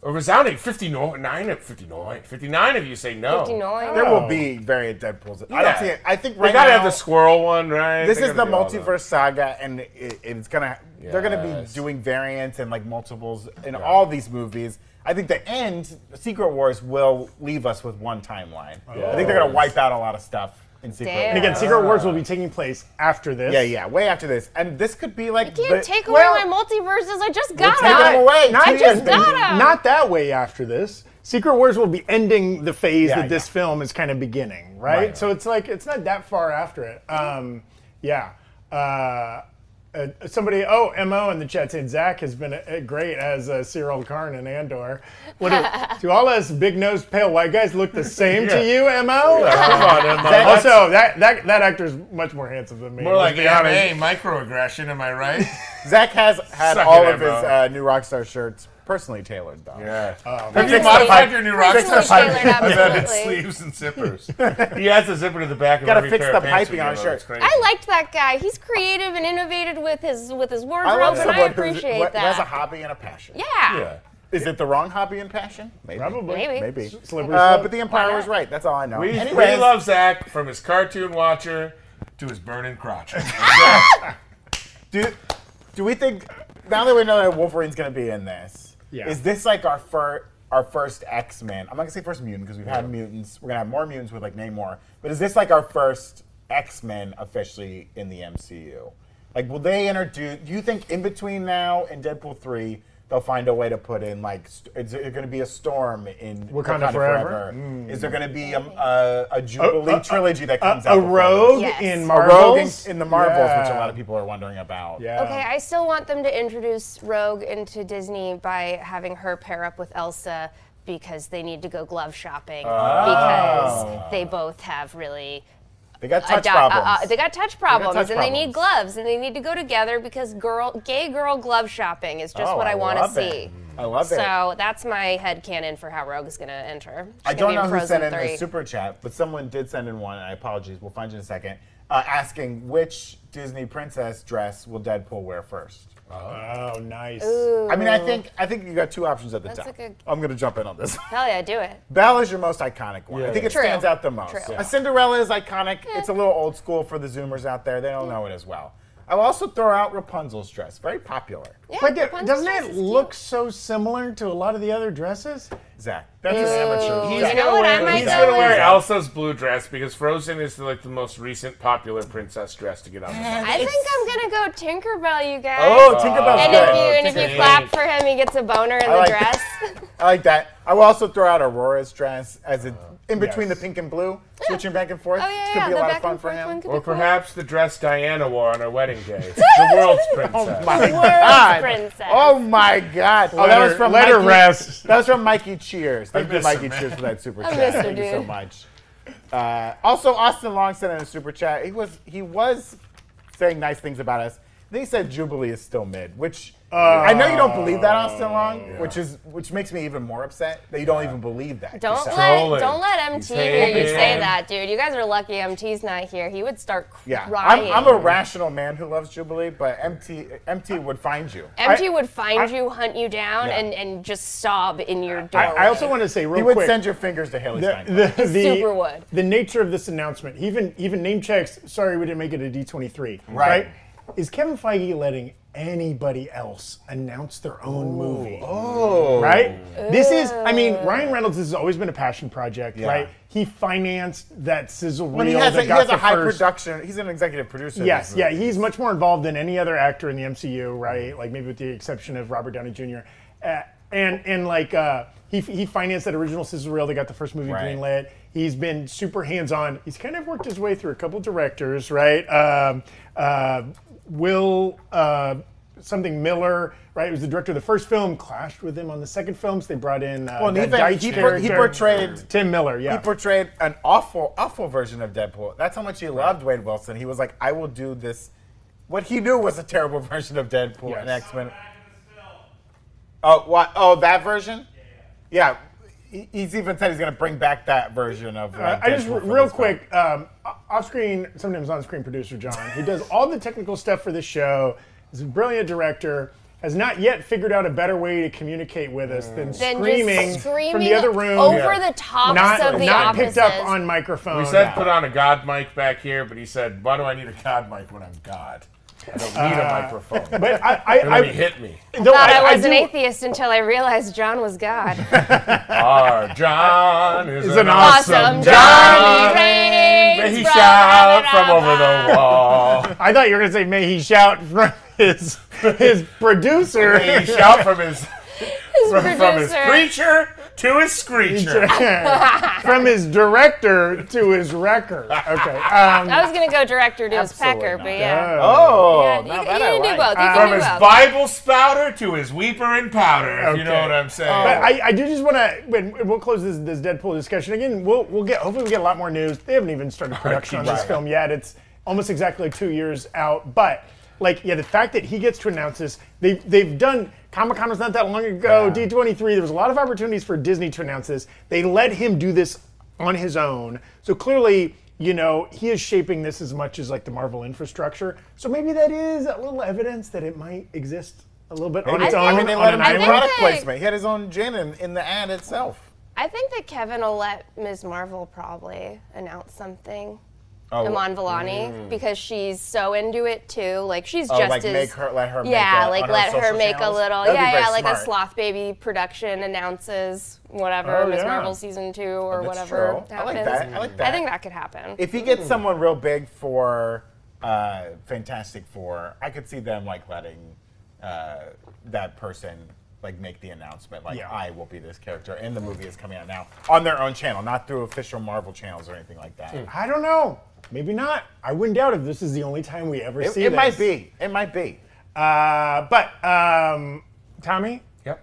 Speaker 3: A resounding 59, 59, 59 if you say no.
Speaker 2: You know, like-
Speaker 4: There will
Speaker 1: Oh.
Speaker 4: be variant Deadpools. I don't
Speaker 3: Yeah.
Speaker 4: see it. I think
Speaker 3: They
Speaker 4: right
Speaker 3: gotta
Speaker 4: now
Speaker 3: have the squirrel one, right?
Speaker 4: this
Speaker 3: They
Speaker 4: is the
Speaker 3: gotta do all that. [laughs]
Speaker 4: multiverse saga, and it, it's gonna they're gonna be
Speaker 3: Yes.
Speaker 4: doing variants and like multiples in all these movies. I think the end, Secret Wars, will leave us with one timeline.
Speaker 3: Oh.
Speaker 4: I think they're gonna wipe out a lot of stuff in Secret
Speaker 2: Damn.
Speaker 4: Wars.
Speaker 2: And
Speaker 1: Again, Secret Wars will be taking place after this.
Speaker 4: Uh. yeah, yeah, way after this, and this could be like
Speaker 2: You can't
Speaker 4: the-
Speaker 2: take away
Speaker 1: well-
Speaker 2: my multiverses. I just got
Speaker 4: taking
Speaker 2: them.
Speaker 4: them away.
Speaker 1: Not,
Speaker 4: I
Speaker 2: just got 'em.
Speaker 1: not that way after this. Secret Wars will be ending the phase
Speaker 4: Yeah,
Speaker 1: that this
Speaker 4: yeah.
Speaker 1: film is kind of beginning, right?
Speaker 4: Right.
Speaker 1: So it's like it's not that far after it. Um, yeah. Uh, uh, somebody, oh, mo in the chat saying Zach has been uh, great as uh, Cyril Karn and Andor. What
Speaker 4: [laughs]
Speaker 1: do, do all us big nosed pale white guys look the same to you, mo?
Speaker 3: Come on, Emma.
Speaker 1: also, that, that that actor's much more handsome than me.
Speaker 3: More
Speaker 1: let's
Speaker 3: like
Speaker 1: be honest.
Speaker 3: a microaggression, am I
Speaker 4: [laughs]
Speaker 3: right?
Speaker 4: Zach has had
Speaker 3: Suck
Speaker 4: all
Speaker 3: it,
Speaker 4: of his
Speaker 3: Emma.
Speaker 4: uh, new Rockstar shirts personally tailored, though.
Speaker 3: yeah.
Speaker 4: Um,
Speaker 2: That's
Speaker 3: Have you
Speaker 2: the
Speaker 3: modified
Speaker 2: pipe.
Speaker 3: your new rock
Speaker 2: That's the
Speaker 3: [laughs] star?
Speaker 2: pipe. Tailored,
Speaker 3: I've added
Speaker 2: absolutely.
Speaker 3: sleeves and zippers.
Speaker 4: [laughs]
Speaker 3: he adds a zipper to the back of
Speaker 4: Gotta
Speaker 3: every
Speaker 4: fix
Speaker 3: pair
Speaker 4: the
Speaker 3: of pants
Speaker 4: piping
Speaker 3: we
Speaker 4: on
Speaker 3: do,
Speaker 4: a
Speaker 3: though.
Speaker 4: shirt.
Speaker 3: It's crazy.
Speaker 2: I liked that guy. He's creative and innovative with his with his wardrobe,
Speaker 4: love
Speaker 2: and I
Speaker 4: someone who's-
Speaker 2: appreciate
Speaker 4: who- who
Speaker 2: that.
Speaker 4: has a hobby and a passion.
Speaker 2: yeah.
Speaker 3: Yeah.
Speaker 4: Is it the wrong hobby and passion? Maybe.
Speaker 1: Probably.
Speaker 2: Maybe.
Speaker 4: Maybe.
Speaker 1: Slippery
Speaker 4: Uh,
Speaker 1: slope.
Speaker 4: but the Empire was right. That's all I know.
Speaker 3: We, we
Speaker 4: Anyways,
Speaker 3: love Zach from his cartoon watcher to his burning crotch.
Speaker 4: do, do we think now that we know that Wolverine's gonna be in this?
Speaker 1: Yeah.
Speaker 4: Is this like our first our first X Men? I'm not gonna say first mutant because we've had mutants. We're gonna have more mutants with like Namor. But is this like our first X Men officially in the MCU? Like, will they introduce? Do you think in between now and Deadpool three? They'll find a way to put in like, st- is there going to be a storm in
Speaker 1: Wakanda Forever?
Speaker 4: Is there going to be a, a, a Jubilee trilogy that comes
Speaker 1: a,
Speaker 4: out?
Speaker 1: a
Speaker 4: before
Speaker 1: rogue
Speaker 2: Yes. A
Speaker 1: in
Speaker 4: this? A
Speaker 1: Marvel.
Speaker 4: rogue in, in the Marvels, which a lot of people are wondering about.
Speaker 1: Yeah.
Speaker 2: Okay, I still want them to introduce Rogue into Disney by having her pair up with Elsa because they need to go glove shopping
Speaker 4: Oh.
Speaker 2: because they both have really
Speaker 4: They got touch
Speaker 2: ado- uh,
Speaker 4: problems.
Speaker 2: uh, they got touch problems
Speaker 4: touch
Speaker 2: and they need gloves and they need to go together because girl gay girl glove shopping is just
Speaker 4: Oh,
Speaker 2: what I, want to
Speaker 4: love
Speaker 2: see.
Speaker 4: it. I love it.
Speaker 2: So that's my headcanon for how Rogue is going to enter. She's
Speaker 4: I
Speaker 2: gonna
Speaker 4: don't
Speaker 2: be in
Speaker 4: know who
Speaker 2: Frozen
Speaker 4: sent in the
Speaker 2: 3.
Speaker 4: super chat, but someone did send in one. And I apologies. We'll find you in a second. Uh, asking which Disney princess dress will Deadpool wear first?
Speaker 1: Oh, nice.
Speaker 4: I mean, I think I think you got two options at the
Speaker 2: That's
Speaker 4: top.
Speaker 2: a good-
Speaker 4: I'm gonna jump in on this. [laughs]
Speaker 2: Hell yeah, do it.
Speaker 4: Belle is your most iconic one. I think it
Speaker 2: True.
Speaker 4: stands out the most.
Speaker 2: True.
Speaker 4: A Cinderella is iconic. It's a little old school for the Zoomers out there. They don't know it as well. I will also throw out Rapunzel's dress. Very popular.
Speaker 2: Yeah,
Speaker 1: But it,
Speaker 2: Rapunzel's
Speaker 1: doesn't
Speaker 2: dress is
Speaker 1: it
Speaker 2: cute.
Speaker 1: look so similar to a lot of the other dresses?
Speaker 4: Zach, that's
Speaker 1: Ew.
Speaker 4: an amateur.
Speaker 2: You
Speaker 4: Zach.
Speaker 2: know what I might
Speaker 3: He's
Speaker 2: go
Speaker 3: gonna
Speaker 2: with?
Speaker 3: wear Elsa's blue dress because Frozen is like the most recent popular princess dress to get on. The
Speaker 2: I think I'm gonna go Tinkerbell, you guys.
Speaker 4: Oh, Tinkerbell's
Speaker 2: and
Speaker 4: good.
Speaker 2: if you and if you
Speaker 3: Tinkerbell.
Speaker 2: clap for him, he gets a boner in the
Speaker 4: like
Speaker 2: dress.
Speaker 4: I like that. I will also throw out Aurora's dress as a, in between
Speaker 1: yes.
Speaker 4: the pink and blue, switching back and forth.
Speaker 2: [laughs] oh yeah,
Speaker 4: Could
Speaker 2: yeah.
Speaker 4: be a
Speaker 2: the
Speaker 4: lot of
Speaker 2: back
Speaker 4: fun
Speaker 2: and
Speaker 4: for
Speaker 2: forth
Speaker 4: him.
Speaker 2: one could
Speaker 3: or
Speaker 2: be cool.
Speaker 3: perhaps the dress Diana wore on her wedding day. the world's princess.
Speaker 4: [laughs] My
Speaker 2: World's
Speaker 4: God.
Speaker 2: princess.
Speaker 4: Oh my God! Oh,
Speaker 1: Let
Speaker 4: that was
Speaker 1: her-
Speaker 4: from
Speaker 1: let her
Speaker 4: Mikey-
Speaker 1: rest.
Speaker 4: That was from Mikey Cheers. Thank you,
Speaker 3: miss her,
Speaker 4: Mikey
Speaker 3: man.
Speaker 4: Cheers, for that super
Speaker 2: I
Speaker 4: chat.
Speaker 2: miss her,
Speaker 4: Thank you so
Speaker 2: dude.
Speaker 4: much. Uh, also, Austin Long sent in a super chat. He was he was saying nice things about us. Then he said Jubilee is still mid, which I know you don't believe that,
Speaker 3: Oh,
Speaker 4: Austin Long, which is which makes me even more upset that you don't even believe that.
Speaker 2: Don't
Speaker 4: yourself.
Speaker 2: let,
Speaker 3: Trolling.
Speaker 2: don't let MT hear
Speaker 3: Take
Speaker 2: you
Speaker 3: it.
Speaker 2: say that, dude. You guys are lucky MT's not here. He would start
Speaker 4: Yeah,
Speaker 2: crying.
Speaker 4: I'm, I'm a rational man who loves Jubilee, but MT MT would find you.
Speaker 2: MT
Speaker 1: I-
Speaker 2: would find
Speaker 1: I-
Speaker 2: you, hunt you down,
Speaker 4: Yeah.
Speaker 2: and, and just sob in your doorway.
Speaker 1: I, I also want to say real
Speaker 4: He would
Speaker 1: quick.
Speaker 4: send your fingers to Haley Steinfeld.
Speaker 1: the, the, the,
Speaker 2: Super would.
Speaker 1: the nature of this announcement, he even even name checks. Sorry, we didn't make it a D twenty three.
Speaker 4: Right.
Speaker 1: Is Kevin Feige letting anybody else announce their own movie? Oh. Right. This is. I mean, Ryan Reynolds has always been a passion project, right? He financed that sizzle
Speaker 4: When he
Speaker 1: reel
Speaker 4: has, a,
Speaker 1: that
Speaker 4: he
Speaker 1: got
Speaker 4: has
Speaker 1: the
Speaker 4: a high
Speaker 1: first.
Speaker 4: production. He's an executive producer. of
Speaker 1: Yes,
Speaker 4: this
Speaker 1: yeah,
Speaker 4: movie.
Speaker 1: he's much more involved than any other actor in the MCU, right?
Speaker 4: Mm-hmm.
Speaker 1: Like maybe with the exception of Robert Downey Jr. Uh, and and like uh, he he financed that original sizzle reel that got the first movie
Speaker 4: Right.
Speaker 1: greenlit. He's been super hands on. He's kind of worked his way through a couple directors, right? Um, uh, Will. Uh, Something Miller, right? He was the director of the first film, clashed with him on the second film, so they brought in uh,
Speaker 4: Well, and
Speaker 1: that
Speaker 4: even
Speaker 1: Deitch
Speaker 4: he por- he
Speaker 1: character.
Speaker 4: portrayed-
Speaker 1: Tim Miller, yeah.
Speaker 4: He portrayed an awful, awful version of Deadpool. That's how much he loved Wade Wilson. He was like, I will do this. What he knew was a terrible [laughs] version of Deadpool and
Speaker 1: Yes.
Speaker 4: X Men. Oh, what? Oh, that version? Yeah. He- He's even said he's going to bring back that version of. Uh,
Speaker 1: I just
Speaker 4: Deadpool for
Speaker 1: real
Speaker 4: this film.
Speaker 1: quick, um, off screen, sometimes on screen producer John, who does all the technical stuff for this show, is a brilliant director, has not yet figured out a better way to communicate with us than,
Speaker 2: Than just
Speaker 1: screaming, from the
Speaker 2: screaming
Speaker 1: other room,
Speaker 2: over Yeah. the tops
Speaker 1: not,
Speaker 2: of the
Speaker 1: not picked up
Speaker 2: offices.
Speaker 1: on microphone.
Speaker 3: He said put on a God mic back here, but he said, why do I need a God mic when I'm God? I don't need a microphone.
Speaker 1: but
Speaker 3: [laughs]
Speaker 1: I, I,
Speaker 3: and then
Speaker 1: I,
Speaker 3: he hit me.
Speaker 1: though
Speaker 2: thought I, was
Speaker 1: do-
Speaker 2: an atheist until I realized John was God.
Speaker 3: Our John is,
Speaker 1: It's
Speaker 3: an,
Speaker 1: an
Speaker 3: awesome,
Speaker 2: Awesome,
Speaker 3: John.
Speaker 2: John reigns
Speaker 3: May he
Speaker 2: from
Speaker 3: shout
Speaker 2: heaven
Speaker 3: from over
Speaker 2: above.
Speaker 3: the wall.
Speaker 1: I thought you were gonna say, "May he shout from his
Speaker 3: [laughs]
Speaker 1: his producer." [laughs]
Speaker 3: May he shout from his, from, from his
Speaker 2: producer.
Speaker 3: preacher to his screecher.
Speaker 1: from his director to his record.
Speaker 3: [laughs]
Speaker 1: Okay. Um,
Speaker 2: I was gonna go director to his
Speaker 4: Absolutely
Speaker 2: pecker,
Speaker 4: not.
Speaker 2: but yeah.
Speaker 4: Oh,
Speaker 2: Yeah,
Speaker 4: now
Speaker 2: you can,
Speaker 4: that
Speaker 2: you
Speaker 4: I
Speaker 2: can do
Speaker 4: like.
Speaker 2: both. You
Speaker 3: From
Speaker 2: can
Speaker 3: his
Speaker 2: do both.
Speaker 3: Bible spouter to his weeper and powder, if you know
Speaker 1: Okay.
Speaker 3: what I'm saying.
Speaker 1: But I, I do just want to. We'll close this, this Deadpool discussion again. We'll we'll get hopefully we get a lot more news. They haven't even started production on this
Speaker 3: Right.
Speaker 1: film yet. It's almost exactly two years out. But like yeah, the fact that he gets to announce this, they they've done Comic Con was not that long ago. D twenty three. There was a lot of opportunities for Disney to announce this. They let him do this on his own. So clearly. You know, he is shaping this as much as like the Marvel infrastructure. So maybe that is a little evidence that it might exist a little bit on
Speaker 4: Maybe.
Speaker 1: its
Speaker 2: I
Speaker 1: own.
Speaker 2: think-
Speaker 4: I mean, they
Speaker 1: on
Speaker 4: let
Speaker 1: an
Speaker 4: him do
Speaker 1: island.
Speaker 4: product
Speaker 2: that-
Speaker 4: placement. He had his own gin in, in the ad itself.
Speaker 2: I think that Kevin will let Ms. Marvel probably announce something.
Speaker 4: Oh, mm.
Speaker 2: Iman Vellani because she's so into it too. Like she's
Speaker 4: Oh,
Speaker 2: just
Speaker 4: like
Speaker 2: as
Speaker 4: make her- let her make
Speaker 2: yeah,
Speaker 4: a-
Speaker 2: like
Speaker 4: on her
Speaker 2: let her
Speaker 4: social
Speaker 2: make
Speaker 4: channels?
Speaker 2: a little
Speaker 4: That'd be
Speaker 2: yeah,
Speaker 4: very
Speaker 2: yeah, like a
Speaker 4: smart.
Speaker 2: sloth baby production announces whatever
Speaker 1: Oh,
Speaker 2: Miss
Speaker 1: yeah.
Speaker 2: Marvel season two or
Speaker 4: That's
Speaker 2: whatever
Speaker 4: true. I like
Speaker 2: happens.
Speaker 4: that. I like that.
Speaker 2: I think that could happen.
Speaker 4: If he gets someone real big for uh, Fantastic Four, I could see them like letting uh, that person like make the announcement, like
Speaker 1: Yeah.
Speaker 4: I will be this character, and the movie is coming out now on their own channel, not through official Marvel channels or anything like that.
Speaker 1: I don't know. Maybe not. I wouldn't doubt if this is the only time we ever
Speaker 4: It,
Speaker 1: see
Speaker 4: it might
Speaker 1: this.
Speaker 4: be. It might be.
Speaker 1: Uh, but um, Tommy,
Speaker 3: yep.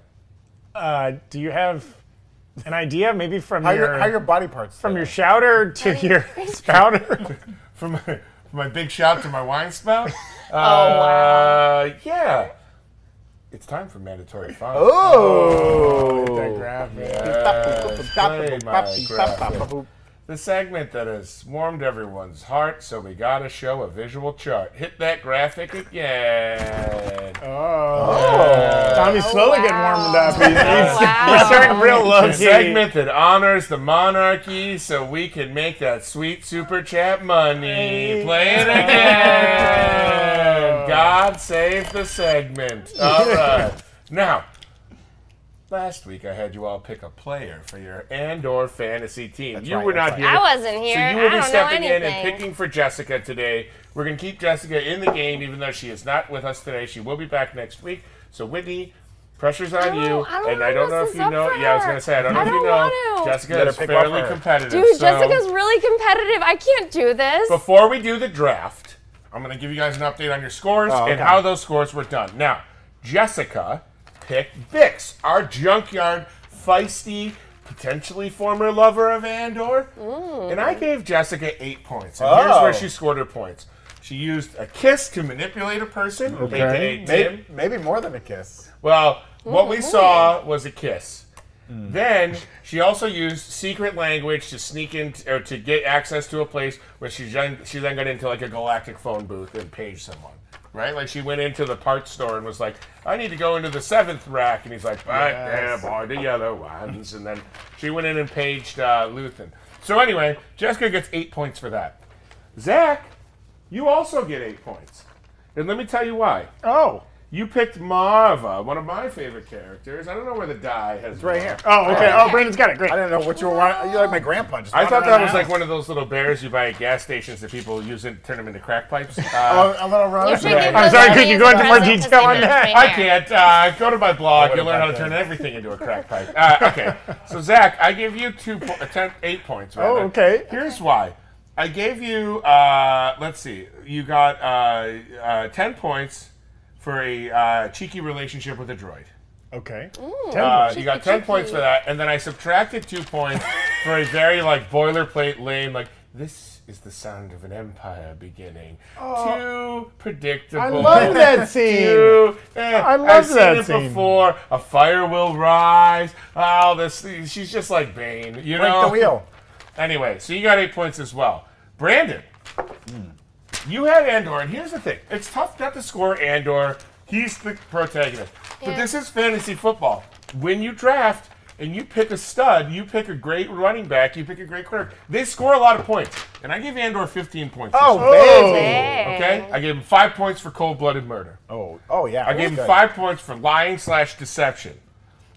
Speaker 1: uh, do you have an idea? Maybe from
Speaker 4: How
Speaker 1: your,
Speaker 4: your, how your body parts
Speaker 1: from
Speaker 4: feel?
Speaker 1: your shouter to your [laughs]
Speaker 2: [laughs]
Speaker 1: spouter.
Speaker 3: [laughs] From my, from my big shout to my wine spout. [laughs] oh, wow. Yeah. It's time for mandatory fun.
Speaker 1: That
Speaker 4: Oh.
Speaker 1: graphic.
Speaker 3: play my graphic. The segment that has warmed everyone's heart, so we gotta show a visual chart. Hit that graphic again.
Speaker 1: Tommy's slowly getting warmed up. He's, he's,
Speaker 2: Oh, Wow.
Speaker 1: he's starting real low
Speaker 3: The
Speaker 1: key.
Speaker 3: segment that honors the monarchy so we can make that sweet super chat money. Play it again. God save the
Speaker 4: [laughs]
Speaker 3: segment. All right. Now, last week I had you all pick a player for your and/or fantasy team. you
Speaker 4: right,
Speaker 3: were not
Speaker 4: that's
Speaker 3: here.
Speaker 2: I wasn't here.
Speaker 3: So you
Speaker 2: I
Speaker 3: will be
Speaker 2: don't know
Speaker 3: stepping in and
Speaker 2: anything.
Speaker 3: picking for Jessica today. We're going to keep Jessica in the game, even though she is not with us today. She will be back next week. So, Whitney, pressure's on
Speaker 2: don't-
Speaker 3: you.
Speaker 2: I don't
Speaker 3: and
Speaker 2: know
Speaker 3: I
Speaker 2: what's
Speaker 3: don't know if
Speaker 2: is
Speaker 3: you
Speaker 2: up
Speaker 3: know.
Speaker 2: for
Speaker 3: Yeah, I was
Speaker 2: her.
Speaker 3: going to say, I don't know
Speaker 2: I
Speaker 3: if you
Speaker 2: don't
Speaker 3: know.
Speaker 2: want to.
Speaker 3: Jessica
Speaker 4: Let her
Speaker 3: is
Speaker 4: pick one
Speaker 3: fairly
Speaker 4: for her.
Speaker 3: competitive.
Speaker 2: Dude,
Speaker 3: so
Speaker 2: Jessica's really competitive. I can't do this.
Speaker 3: Before we do the draft, I'm going to give you guys an update on your scores and
Speaker 4: Oh, okay.
Speaker 3: how those scores were done. Now, Jessica picked Vix, our junkyard, feisty, potentially former lover of Andor. And I gave Jessica eight points. And here's
Speaker 4: Oh.
Speaker 3: where she scored her points. She used a kiss to manipulate a person, aka Tim.
Speaker 4: Maybe, maybe more than a kiss.
Speaker 3: Well, what we saw was a kiss. Then she also used secret language to sneak in or to get access to a place where she then, she then got into like a galactic phone booth and paged someone. Right? Like she went into the parts store and was like, I need to go into the seventh rack. And he's like, But
Speaker 4: Yes.
Speaker 3: there are the yellow ones. And then she went in and paged uh, Luthen. So anyway, Jessica gets eight points for that. Zach, you also get eight points. And let me tell you why.
Speaker 1: Oh.
Speaker 3: You picked Marva, one of my favorite characters. I don't know where the die has. It's
Speaker 4: Right here.
Speaker 1: Oh, okay. Oh, Brandon's got it. Great.
Speaker 4: I didn't know what you were. wa- You're like my grandpa. Just
Speaker 3: I thought
Speaker 4: running
Speaker 3: that was
Speaker 4: around.
Speaker 3: like one of those little bears you buy at gas stations that people use and turn them into crack
Speaker 4: [laughs]
Speaker 3: pipes.
Speaker 4: Oh,
Speaker 3: Uh,
Speaker 4: a little rose.
Speaker 2: should give
Speaker 1: I'm
Speaker 2: those
Speaker 1: sorry, could
Speaker 2: audience
Speaker 1: you go into more
Speaker 2: presents to
Speaker 1: detail on
Speaker 2: Stephen
Speaker 1: that?
Speaker 2: King
Speaker 3: [laughs] I
Speaker 2: there.
Speaker 3: can't. Uh, go to my blog.
Speaker 4: What
Speaker 3: You'll learn how to
Speaker 4: about
Speaker 3: turn
Speaker 4: that?
Speaker 3: everything into
Speaker 4: [laughs]
Speaker 3: a crack pipe. Uh, okay. So Zach, I give you two, po- uh, ten, eight
Speaker 4: Oh,
Speaker 3: points. rather.
Speaker 1: okay.
Speaker 3: Here's why. I gave you. Uh, let's see. You got uh, uh, ten points for a uh, cheeky relationship with a droid.
Speaker 1: Okay.
Speaker 3: Uh,
Speaker 1: Ten
Speaker 3: you got 10 points for that, and then I subtracted two points for a very, like, boilerplate lame, like, this is the sound of an empire beginning. Too predictable.
Speaker 1: Oh. I love that scene.
Speaker 3: [laughs] Too, eh, I
Speaker 1: love
Speaker 3: have seen
Speaker 1: that
Speaker 3: it
Speaker 1: scene.
Speaker 3: before. A fire will rise. Oh, this. She's just like Bane, you know.
Speaker 4: Break the wheel.
Speaker 3: Anyway, so you got eight points as well. Brandon, you had Andor, and here's the thing: it's tough not to score Andor. He's the protagonist, but
Speaker 2: Yeah.
Speaker 3: this is fantasy football. When you draft and you pick a stud, you pick a great running back, you pick a great quarterback. They score a lot of points, and I give Andor 15 points. this
Speaker 4: Oh,
Speaker 3: week,
Speaker 4: baby.
Speaker 3: okay. I gave him five points for cold-blooded murder.
Speaker 4: Oh, oh yeah.
Speaker 3: I gave him five points for lying slash deception,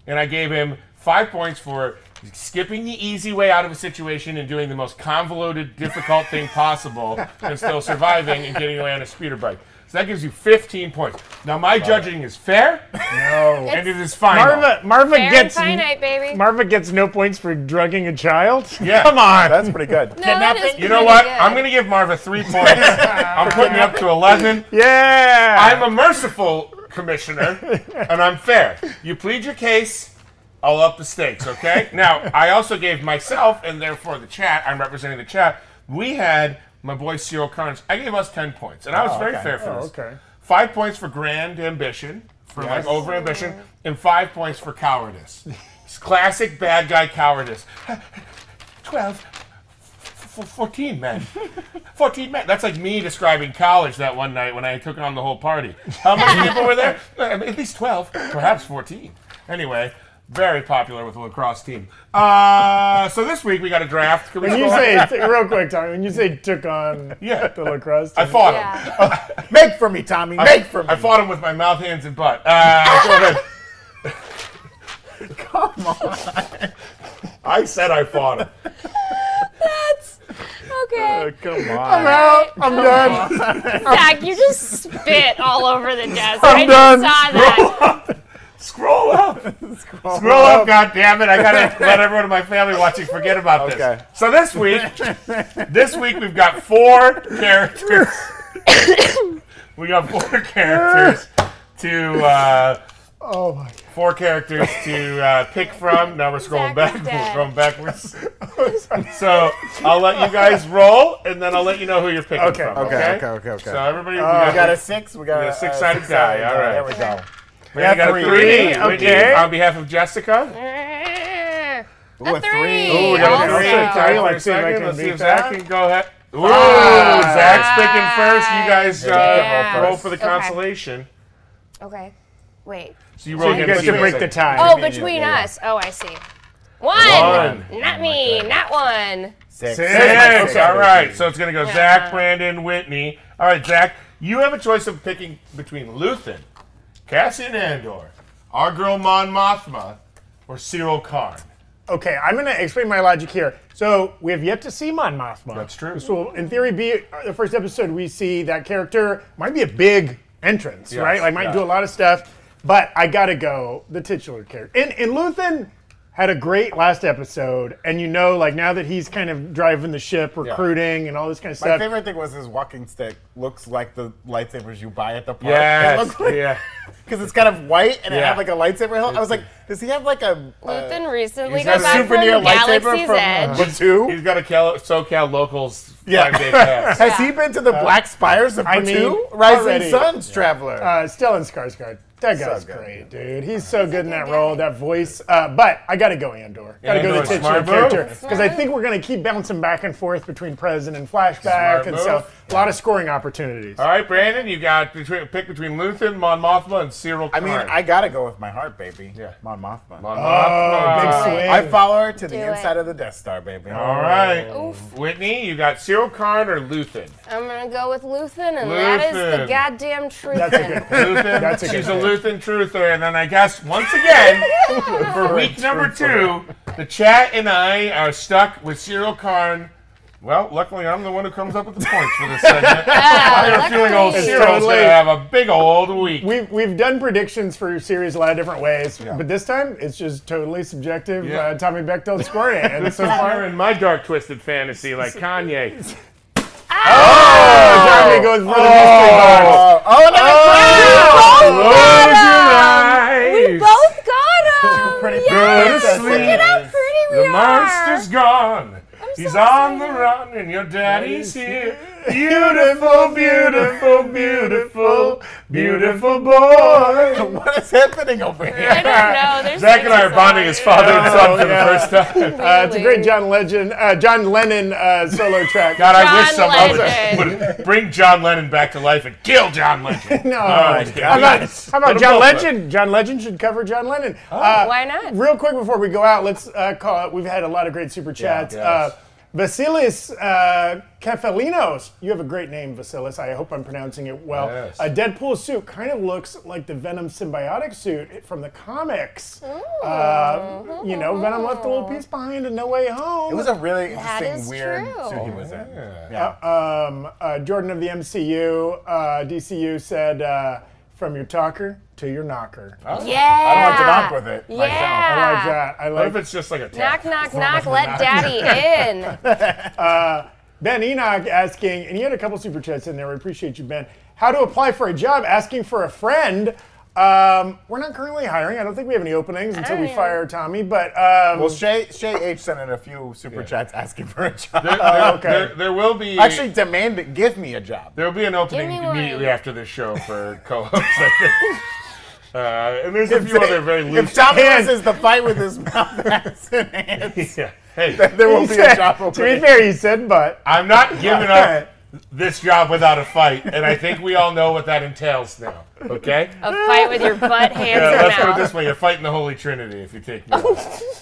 Speaker 3: and I gave him five points for skipping the easy way out of a situation and doing the most convoluted, difficult thing possible, and still surviving and getting away on a speeder bike. So that gives you 15 points. Now my judging is fair,
Speaker 4: No.
Speaker 3: and it is final.
Speaker 1: Marva, Marva
Speaker 2: Fair and
Speaker 1: gets
Speaker 2: finite, baby.
Speaker 1: Marva gets no points for drugging a child.
Speaker 3: Yeah.
Speaker 1: [laughs] Come on.
Speaker 4: That's pretty good.
Speaker 2: No, that is
Speaker 3: You know
Speaker 2: pretty
Speaker 3: what?
Speaker 2: good.
Speaker 3: I'm gonna give Marva
Speaker 2: [laughs]
Speaker 3: three points. I'm putting it up to 11.
Speaker 1: yeah.
Speaker 3: I'm a merciful
Speaker 1: [laughs]
Speaker 3: commissioner, and I'm fair. You plead your case, I'll up the stakes, okay? Now, I also gave myself, and therefore the chat, I'm representing the chat, we had my boy Cyril Carnes. I gave us 10 points, and I was very
Speaker 4: okay.
Speaker 3: fair for
Speaker 1: Oh,
Speaker 3: this.
Speaker 1: okay.
Speaker 3: Five points for grand ambition, for like
Speaker 4: Yes.
Speaker 3: over ambition, and five points for cowardice. It's classic bad guy cowardice. [laughs] 12, f- 14 men. [laughs] 14 men. That's like me describing college that one night when I took on the whole party. How many people
Speaker 1: [laughs]
Speaker 3: were there? Um, At least 12, perhaps 14. Anyway, very popular with the lacrosse team. Uh, so this week we got a draft. Can we
Speaker 1: when you
Speaker 3: scroll?
Speaker 1: say real quick, Tommy, when you say took on
Speaker 3: Yeah.
Speaker 1: the lacrosse,
Speaker 3: I
Speaker 1: team,
Speaker 3: fought him.
Speaker 2: Yeah.
Speaker 4: Make for me, Tommy. Make for me.
Speaker 3: I fought him with my mouth, hands, and butt. Uh, go ahead.
Speaker 4: [laughs] Come on.
Speaker 3: I said I fought him.
Speaker 2: Okay.
Speaker 4: Come on.
Speaker 1: out. I'm done.
Speaker 2: [laughs] Zach, you just spit all over the desk. i just saw [laughs] that.
Speaker 3: Scroll up. Scroll up, God damn it! I gotta let everyone in my family watching forget about this.
Speaker 4: Okay.
Speaker 3: So this week, this week we've got four characters. [coughs] we got four characters to uh,
Speaker 1: Oh my god.
Speaker 3: four characters to uh, pick from. Now [laughs] we're scrolling
Speaker 2: Zach is
Speaker 3: backwards.
Speaker 2: dead.
Speaker 3: We're going backwards. so I'll let you guys roll, and then I'll let you know who you're picking
Speaker 1: Okay,
Speaker 3: from.
Speaker 4: Okay,
Speaker 3: Okay.
Speaker 4: okay, [laughs] okay, okay.
Speaker 3: So everybody, we
Speaker 4: Uh, we
Speaker 3: got,
Speaker 4: got a six. We got
Speaker 3: got a
Speaker 4: a
Speaker 3: six-sided
Speaker 4: uh,
Speaker 3: die, all right.
Speaker 4: There we go.
Speaker 3: we got, a
Speaker 4: three.
Speaker 3: three.
Speaker 1: Okay.
Speaker 3: Whitney, on behalf of Jessica.
Speaker 4: Ooh,
Speaker 2: A
Speaker 4: a
Speaker 2: three.
Speaker 4: three. Ooh, we
Speaker 3: got
Speaker 1: a
Speaker 3: Oh, a three.
Speaker 1: three.
Speaker 2: also.
Speaker 1: Tied
Speaker 3: Tie for
Speaker 1: Let's
Speaker 3: a
Speaker 1: see if I
Speaker 3: second.
Speaker 1: can
Speaker 3: Let's see
Speaker 1: beat
Speaker 3: if Zach
Speaker 1: that.
Speaker 3: can go ahead. Ooh, Zach's picking first. You guys
Speaker 2: Five.
Speaker 3: uh, roll for the
Speaker 2: Okay.
Speaker 3: consolation.
Speaker 2: Okay. Wait.
Speaker 3: So you roll
Speaker 1: You
Speaker 3: against
Speaker 1: guys to
Speaker 3: me.
Speaker 1: break the tie.
Speaker 2: Oh, between
Speaker 4: yeah.
Speaker 2: us. Oh, I see. One. Oh
Speaker 3: One.
Speaker 2: Not me. Not one.
Speaker 4: Six.
Speaker 3: Six. All right. So it's going to go Zach,
Speaker 2: Yeah.
Speaker 3: Brandon, Whitney. All right, Zach, you have a choice of picking between Luthen, Cassian Andor, our girl Mon Mothma, or Cyril Karn.
Speaker 1: Okay, I'm going to explain my logic here. So we have yet to see Mon Mothma.
Speaker 3: That's true.
Speaker 1: This will, in theory, be uh, the first episode we see that character. Might be a big entrance, right? Like might
Speaker 3: yeah.
Speaker 1: do a lot of stuff. But I gotta go the titular character. And and Luthen had a great last episode, and you know, like now that he's kind of driving the ship, recruiting, and all this kind of
Speaker 4: My
Speaker 1: stuff.
Speaker 4: favorite thing was his walking stick looks like the lightsabers you buy at the park.
Speaker 3: Yes,
Speaker 4: It looks like,
Speaker 3: yeah.
Speaker 4: Because it's kind of white and it
Speaker 3: Yeah.
Speaker 4: had like a lightsaber hilt. I was like, does he have like a, uh,
Speaker 2: Luthen recently
Speaker 3: he's
Speaker 2: got
Speaker 3: got a
Speaker 2: back from
Speaker 4: souvenir lightsaber
Speaker 2: Galaxy's
Speaker 4: from, uh,
Speaker 2: Edge.
Speaker 3: He's
Speaker 4: Batu?
Speaker 3: got a Cal- SoCal locals
Speaker 4: Yeah.
Speaker 3: five-day [laughs] pass.
Speaker 4: Has he been to
Speaker 3: Uh,
Speaker 4: the Black Spires of
Speaker 1: I
Speaker 4: Batu?
Speaker 1: mean,
Speaker 4: Rising
Speaker 1: already-
Speaker 4: Suns Traveler.
Speaker 1: Uh, Stellan Skarsgård. That guy's
Speaker 4: good.
Speaker 1: great, dude. He's so good in that role, that voice. Uh, but I gotta go Andor. Gotta go
Speaker 3: Andor's
Speaker 1: the titular
Speaker 3: smart
Speaker 1: character
Speaker 3: move.
Speaker 1: because I think we're gonna keep bouncing back and forth between present and flashback,
Speaker 3: Smart
Speaker 1: and so
Speaker 3: move.
Speaker 1: a lot of scoring opportunities.
Speaker 3: All right, Brandon, you got between, pick between Luthen, Mon Mothma, and Cyril.
Speaker 4: I mean,
Speaker 3: Karn.
Speaker 4: I gotta go with my heart, baby.
Speaker 3: Yeah.
Speaker 4: Mon Mothma.
Speaker 3: Mon
Speaker 1: Oh,
Speaker 3: Mothma.
Speaker 1: big swing.
Speaker 4: I follow her to the
Speaker 2: Do it.
Speaker 4: inside of the Death Star, baby.
Speaker 3: All right,
Speaker 2: Oof.
Speaker 3: Whitney, you got Cyril Karn or Luthen?
Speaker 2: I'm gonna go with Luthen, and that is the
Speaker 3: Luthen.
Speaker 2: goddamn truth.
Speaker 1: That's
Speaker 2: [laughs]
Speaker 1: a good pick. [laughs]
Speaker 3: Luthen.
Speaker 1: That's a good
Speaker 3: She's a
Speaker 1: pick.
Speaker 3: Luthen truther, and then I guess
Speaker 1: [laughs]
Speaker 3: once again for week number two, the chat and I are stuck with Cyril Karn. Well, luckily I'm the one who comes up with the points for this segment.
Speaker 2: [laughs] Uh,
Speaker 3: I have a feeling old
Speaker 2: luckily.
Speaker 3: Cyril's
Speaker 1: Totally.
Speaker 3: gonna have a big old week.
Speaker 1: We've, we've done predictions for series a lot of different ways, but this time it's just totally subjective.
Speaker 3: Yeah.
Speaker 1: Uh, Tommy Bechtel scoring it, and so far,
Speaker 3: [laughs] Fire in my dark twisted
Speaker 1: [laughs]
Speaker 3: fantasy like Kanye. Oh!
Speaker 1: Tommy goes for the mystery box.
Speaker 4: Oh, oh, no!
Speaker 3: Oh.
Speaker 2: We both got him.
Speaker 4: pretty
Speaker 2: yes,
Speaker 3: good.
Speaker 2: look at how
Speaker 3: Sleep.
Speaker 2: pretty we
Speaker 3: The
Speaker 2: are.
Speaker 3: monster's gone. He's
Speaker 2: so
Speaker 3: on the
Speaker 2: excited.
Speaker 3: run, and your daddy's here. Beautiful, beautiful, beautiful, beautiful boy.
Speaker 4: What is happening over here?
Speaker 2: I don't know. There's
Speaker 3: Zach and I are bonding as father and son for
Speaker 1: Yeah.
Speaker 3: the first time.
Speaker 1: Uh, it's a great John Legend, uh, John Lennon uh, solo track.
Speaker 3: God, I wish
Speaker 2: John
Speaker 3: someone
Speaker 2: Legend.
Speaker 3: [laughs] would, would bring John Lennon back to life and kill John
Speaker 1: [laughs]
Speaker 3: Legend.
Speaker 1: No.
Speaker 3: How
Speaker 1: How about, how about John Legend? John Legend should cover John Lennon. Uh,
Speaker 2: Why not?
Speaker 1: Real quick before we go out, let's uh, call it. We've had a lot of great super chats.
Speaker 3: yes.
Speaker 1: Uh, Vasilis uh, Kefalinos, you have a great name, Vasilis. I hope I'm pronouncing it well.
Speaker 3: Yes.
Speaker 1: A Deadpool suit kind of looks like the Venom symbiotic suit from the comics. Uh, you know, Venom left a little
Speaker 2: Oh.
Speaker 1: piece behind in No Way Home.
Speaker 4: It was a really
Speaker 2: That
Speaker 4: interesting,
Speaker 2: is
Speaker 4: weird
Speaker 2: true.
Speaker 4: suit he was in.
Speaker 1: um, uh, Jordan of the MCU, uh, DCU said, uh, "From your talker to your knocker."
Speaker 4: Oh,
Speaker 2: Yeah.
Speaker 4: I don't like to knock with it.
Speaker 2: Yeah.
Speaker 4: myself.
Speaker 1: I like that. I
Speaker 3: What if
Speaker 1: like
Speaker 3: it's just like a tap?
Speaker 2: Knock, knock, knock. Let daddy in.
Speaker 1: Ben Enoch asking, and he had a couple super chats in there. We appreciate you, Ben. How to apply for a job? Asking for a friend. Um, we're not currently hiring. I don't think we have any openings until we
Speaker 2: Alright.
Speaker 1: fire Tommy. But um,
Speaker 4: Well, Shay, Shay H sent in a few super chats asking for a job.
Speaker 3: There, there-
Speaker 1: okay.
Speaker 3: there- there will be
Speaker 4: Actually, demanded, give me a job.
Speaker 3: There'll be an opening
Speaker 2: Give me one.
Speaker 3: immediately after this show
Speaker 2: [laughs]
Speaker 3: for co-hosts. I think. uh, and there's a few
Speaker 4: they-
Speaker 3: other very
Speaker 4: If
Speaker 3: loose.
Speaker 4: Dominic
Speaker 1: hand.
Speaker 4: says the fight with his [laughs] mouth ass and
Speaker 3: [laughs]
Speaker 4: hands,
Speaker 3: Yeah. Hey,
Speaker 4: there will
Speaker 1: he
Speaker 3: [laughs]
Speaker 4: be
Speaker 1: said-
Speaker 4: a job
Speaker 1: to be
Speaker 4: opening.
Speaker 1: fair, he said, "But
Speaker 3: I'm not
Speaker 1: [laughs]
Speaker 3: giving up this job without a fight, and I think we all know what that entails now.
Speaker 2: [laughs]
Speaker 3: Okay.
Speaker 2: A fight with your [laughs] butt, hands,
Speaker 3: Yeah,
Speaker 2: or
Speaker 3: let's put it
Speaker 2: mouth.
Speaker 3: this way: you're fighting the Holy Trinity if you take
Speaker 2: Oh,
Speaker 3: me.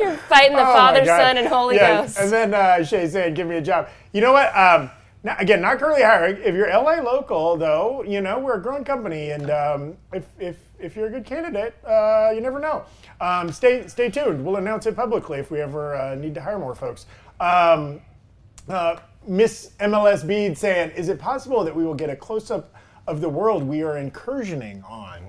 Speaker 2: You're fighting the
Speaker 1: Oh my
Speaker 2: Father,
Speaker 1: God.
Speaker 2: Son, and Holy
Speaker 1: Yeah,
Speaker 2: Ghost.
Speaker 1: And then uh, Shay saying, "Give me a job." You know what? Um, now, again, not currently hiring. If you're LA local, though, you know we're a growing company, and um, if, if if you're a good candidate, uh, you never know. Um, stay stay tuned. We'll announce it publicly if we ever uh, need to hire more folks. Um, uh, Miss MLS Bede saying, "Is it possible that we will get a close up?" Of the world we are incursioning on.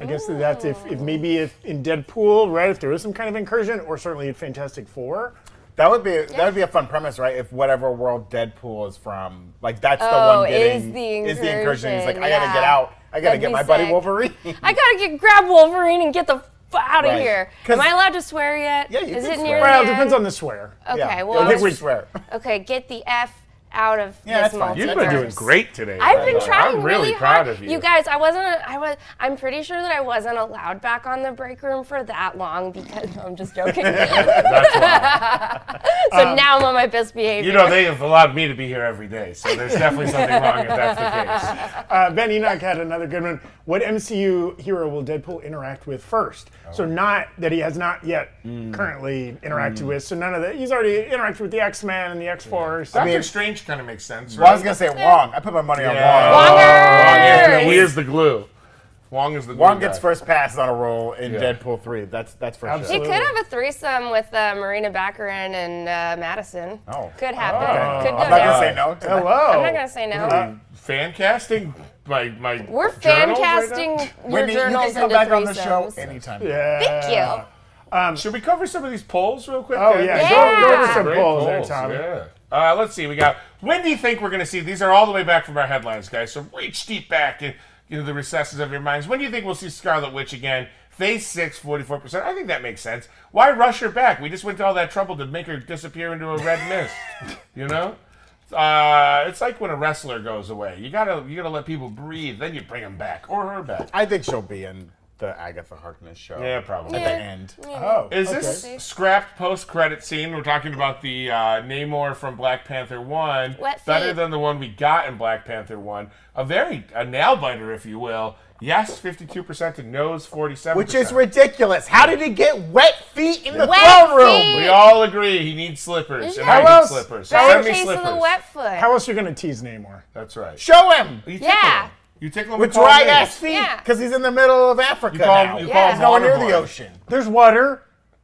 Speaker 1: I guess that that's if, if maybe if in Deadpool, right? If there is some kind of incursion, or certainly in Fantastic Four.
Speaker 4: That would be that would be a fun premise, right? If whatever world Deadpool is from, like that's the
Speaker 2: Oh,
Speaker 4: one
Speaker 2: is
Speaker 4: getting
Speaker 2: the
Speaker 4: is the incursion. He's like,
Speaker 2: incursion,
Speaker 4: I gotta get
Speaker 2: yeah.
Speaker 4: out. I gotta
Speaker 2: That'd
Speaker 4: get
Speaker 2: be
Speaker 4: my buddy
Speaker 2: sick.
Speaker 4: Wolverine. [laughs]
Speaker 2: I gotta get grab Wolverine and get the f- out of
Speaker 4: Right.
Speaker 2: here.
Speaker 4: 'Cause-
Speaker 2: Am I allowed to swear yet?
Speaker 4: Yeah, you
Speaker 2: Is
Speaker 4: can
Speaker 2: it
Speaker 4: swear.
Speaker 2: near
Speaker 1: Well,
Speaker 2: the
Speaker 1: it depends on
Speaker 2: end?
Speaker 1: the swear.
Speaker 2: Okay,
Speaker 4: Yeah.
Speaker 2: well,
Speaker 4: I
Speaker 2: I
Speaker 4: think we
Speaker 2: was,
Speaker 4: swear.
Speaker 2: okay, get the f out of
Speaker 4: Yeah,
Speaker 2: this
Speaker 4: that's fine.
Speaker 3: You've been doing
Speaker 2: multiverse.
Speaker 3: great today.
Speaker 2: I've
Speaker 3: by
Speaker 2: been
Speaker 3: the way.
Speaker 2: trying
Speaker 3: I'm really,
Speaker 2: hard.
Speaker 3: proud of you.
Speaker 2: You guys, I wasn't. I was. I'm pretty sure that I wasn't allowed back on the break room for that long because [laughs] I'm just joking. so
Speaker 3: That's why.
Speaker 2: [laughs] now I'm on my best behavior.
Speaker 3: You know they have allowed me to be here every day, so
Speaker 2: [laughs]
Speaker 3: there's definitely something wrong if that's the case.
Speaker 1: Uh, ben Enoch had another good one. What MCU hero will Deadpool interact with first?
Speaker 4: Oh.
Speaker 1: So not that he has not yet
Speaker 4: Hmm.
Speaker 1: currently interacted with. So none of that. He's already interacted with the X Men and the X Force.
Speaker 3: Doctor Strange kind of makes sense.
Speaker 4: well, I was
Speaker 3: right?
Speaker 4: gonna say Wong. I put my money
Speaker 3: Yeah.
Speaker 4: on Wong.
Speaker 2: Wongers!
Speaker 3: Wong is the glue. Wong is the glue.
Speaker 4: Wong gets
Speaker 3: guy.
Speaker 4: first pass on a roll in
Speaker 3: Yeah.
Speaker 4: Deadpool three. That's that's for
Speaker 2: He
Speaker 1: Absolutely.
Speaker 4: sure.
Speaker 2: could have a threesome with uh, Marina Baccarin and uh, Madison.
Speaker 4: Oh.
Speaker 2: Could happen. Could go
Speaker 4: I'm not gonna
Speaker 2: there.
Speaker 4: say no. To that.
Speaker 1: Hello.
Speaker 2: I'm not gonna say no.
Speaker 3: fan casting my my
Speaker 2: We're fan
Speaker 3: journals right now?
Speaker 2: casting your
Speaker 4: Whitney, you
Speaker 2: journals
Speaker 4: can come
Speaker 2: into
Speaker 4: back on the Uh,
Speaker 2: threesomes.
Speaker 4: show anytime.
Speaker 1: Yeah.
Speaker 2: Thank you.
Speaker 1: Um,
Speaker 3: Should we cover some of these polls real quick?
Speaker 1: oh
Speaker 3: then?
Speaker 1: yeah,
Speaker 2: Yeah.
Speaker 1: Go, go to some
Speaker 3: Great
Speaker 1: polls there, Tommy.
Speaker 3: Yeah. Uh, let's see. We got. When do you think we're going to see? These are all the way back from our headlines, guys. So reach deep back in you know, the recesses of your minds. When do you think we'll see Scarlet Witch again? Phase six, 44%. I think that makes sense. Why rush her back? We just went to all that trouble to make her disappear into a red mist. [laughs] You know, uh, it's like when a wrestler goes away. You gotta you gotta let people breathe. Then you bring them back or her back.
Speaker 4: I think she'll be in the Agatha Harkness show.
Speaker 3: Yeah, probably.
Speaker 4: At the end.
Speaker 1: Oh,
Speaker 3: Is
Speaker 1: okay.
Speaker 3: this scrapped post-credit scene? We're talking about the uh, Namor from Black Panther One,
Speaker 2: Wet
Speaker 3: better
Speaker 2: feet.
Speaker 3: than the one we got in Black Panther One. A very a nail biter, if you will. Yes, fifty-two percent to no's forty-seven.
Speaker 4: Which is ridiculous. How did he get wet feet in the throne room?
Speaker 2: feet.
Speaker 3: We all agree he needs slippers.
Speaker 2: Yeah.
Speaker 3: And I
Speaker 1: How
Speaker 3: need
Speaker 1: else-
Speaker 3: slippers.
Speaker 1: how
Speaker 3: Send
Speaker 1: else-
Speaker 3: me
Speaker 2: Case of
Speaker 3: slippers.
Speaker 2: the wet foot.
Speaker 1: How else are you gonna tease Namor?
Speaker 3: That's right.
Speaker 4: Show him
Speaker 3: You tickle
Speaker 2: Yeah.
Speaker 3: him. You tickle him
Speaker 4: with
Speaker 3: you call him
Speaker 4: dry ass
Speaker 3: names.
Speaker 4: feet
Speaker 2: Yeah.
Speaker 4: because he's in the middle of Africa
Speaker 3: You call
Speaker 4: now.
Speaker 3: him. You
Speaker 2: Yeah.
Speaker 3: call him
Speaker 4: He's nowhere near
Speaker 3: waterboy.
Speaker 4: the ocean. Oh,
Speaker 1: There's water.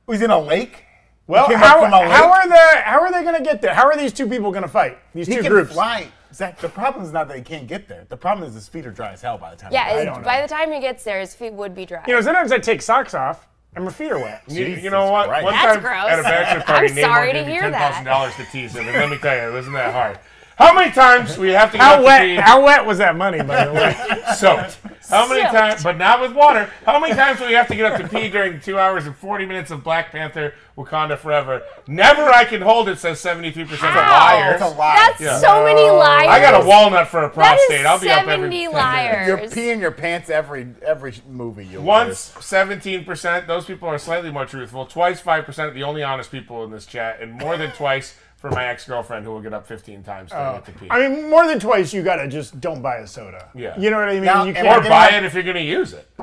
Speaker 4: He's in a lake.
Speaker 1: Well,
Speaker 4: came
Speaker 1: how,
Speaker 4: up from a lake?
Speaker 1: how are the how are they gonna get there? How are these two people gonna fight? These
Speaker 4: He
Speaker 1: two
Speaker 4: can
Speaker 1: groups.
Speaker 4: fly. Zach, the problem is not that he can't get there. The problem is his feet are dry as hell by the time. he
Speaker 2: yeah,
Speaker 4: gets
Speaker 2: it-
Speaker 1: don't know.
Speaker 2: by the time he gets there, his feet would be dry.
Speaker 1: You know, sometimes I take socks off and my feet are wet.
Speaker 3: You, you
Speaker 4: Jesus
Speaker 3: know what?
Speaker 4: Christ.
Speaker 3: One
Speaker 2: That's
Speaker 3: time
Speaker 2: gross.
Speaker 3: at a bachelor party,
Speaker 2: [laughs] I'm
Speaker 3: Namor
Speaker 2: sorry
Speaker 3: gave
Speaker 2: to
Speaker 3: me
Speaker 2: hear
Speaker 3: ten thousand
Speaker 2: that.
Speaker 3: dollars to tease him, and let me tell you, it wasn't that hard. How many times we have to get
Speaker 1: How
Speaker 3: up
Speaker 1: wet?
Speaker 3: to
Speaker 1: How wet was that money, by the way?
Speaker 3: [laughs] pee soaked? How many
Speaker 2: Soaked.
Speaker 3: times? But not with water. How many times do we have to get up to pee during two hours and forty minutes of Black Panther: Wakanda Forever? Never, I can hold it. Says seventy-three percent of
Speaker 2: How?
Speaker 3: liars.
Speaker 4: That's a lie.
Speaker 2: That's so many liars.
Speaker 3: I got a walnut for a
Speaker 2: That is
Speaker 3: prostate. I'll be up every.
Speaker 2: 70
Speaker 4: You're
Speaker 2: liars.
Speaker 4: peeing your pants every every movie you
Speaker 3: Once seventeen percent. Those people are slightly more truthful. Twice five percent. The only honest people in this chat, and more than twice for my ex-girlfriend, who will get up fifteen times during the pee.
Speaker 1: Oh. I mean, more than twice, you gotta just don't buy a soda.
Speaker 3: Yeah.
Speaker 1: You know what I mean?
Speaker 4: Now,
Speaker 1: you
Speaker 4: and
Speaker 3: or
Speaker 4: we're
Speaker 3: buy it if you're going to use it.
Speaker 2: [laughs]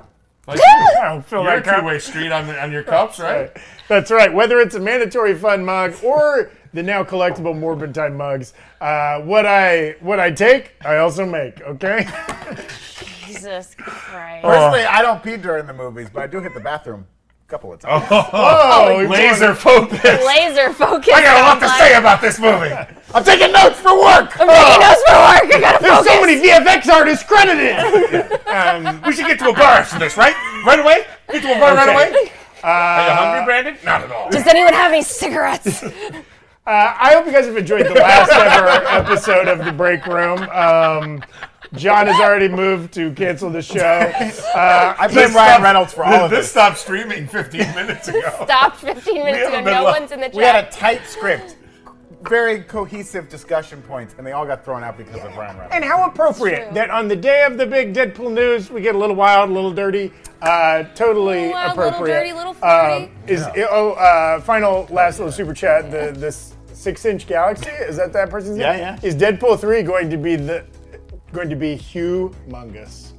Speaker 3: Like,
Speaker 1: [laughs] I don't feel
Speaker 3: you're a
Speaker 1: like I'm-
Speaker 3: two-way street on, on your cups, right?
Speaker 1: [laughs] That's right. Whether it's a mandatory fun mug or the now collectible Morbid Time mugs, uh, what I what I take, I also make.
Speaker 3: [laughs]
Speaker 1: Okay. Oh,
Speaker 2: Jesus Christ.
Speaker 4: Personally, I don't pee during the movies, but I do hit the bathroom a couple of times.
Speaker 1: Oh, you're
Speaker 3: Laser focus.
Speaker 2: Laser focus.
Speaker 3: I got a lot to
Speaker 2: on
Speaker 3: say about this movie.
Speaker 4: I'm taking notes for work.
Speaker 2: my- I'm
Speaker 3: Oh.
Speaker 2: taking notes for work. I gotta
Speaker 1: There's
Speaker 2: focus.
Speaker 1: so many VFX artists credited.
Speaker 3: [laughs] Um, We should get to a bar after this, right? Right away? Get to a bar right
Speaker 1: Okay.
Speaker 3: away? Are you hungry, Brandon? Not at all.
Speaker 2: Does anyone have any
Speaker 4: [laughs]
Speaker 2: cigarettes?
Speaker 1: Uh, I hope you guys have enjoyed the last ever episode of the Break Room. Um, John has already moved to cancel the show.
Speaker 3: [laughs]
Speaker 1: Uh,
Speaker 4: I blame Ryan Reynolds for all of
Speaker 3: this
Speaker 4: this.
Speaker 3: stopped streaming 15 minutes ago.
Speaker 2: Stopped 15 minutes ago.
Speaker 3: haven't
Speaker 2: No
Speaker 3: been lo-
Speaker 2: one's in the chat.
Speaker 4: We had a tight script, very cohesive discussion points, and they all got thrown out because of Ryan Reynolds.
Speaker 1: And how appropriate
Speaker 2: True.
Speaker 1: that on the day of the big Deadpool news, we get a little wild, a little dirty. Uh, totally
Speaker 2: Little wild, little
Speaker 1: appropriate.
Speaker 2: dirty, little flirty.
Speaker 1: Um, is oh uh, final last little super chat the this six inch galaxy is that that person's
Speaker 4: Yeah,
Speaker 1: name?
Speaker 4: yeah.
Speaker 1: Is Deadpool three going to be the going to be humongous?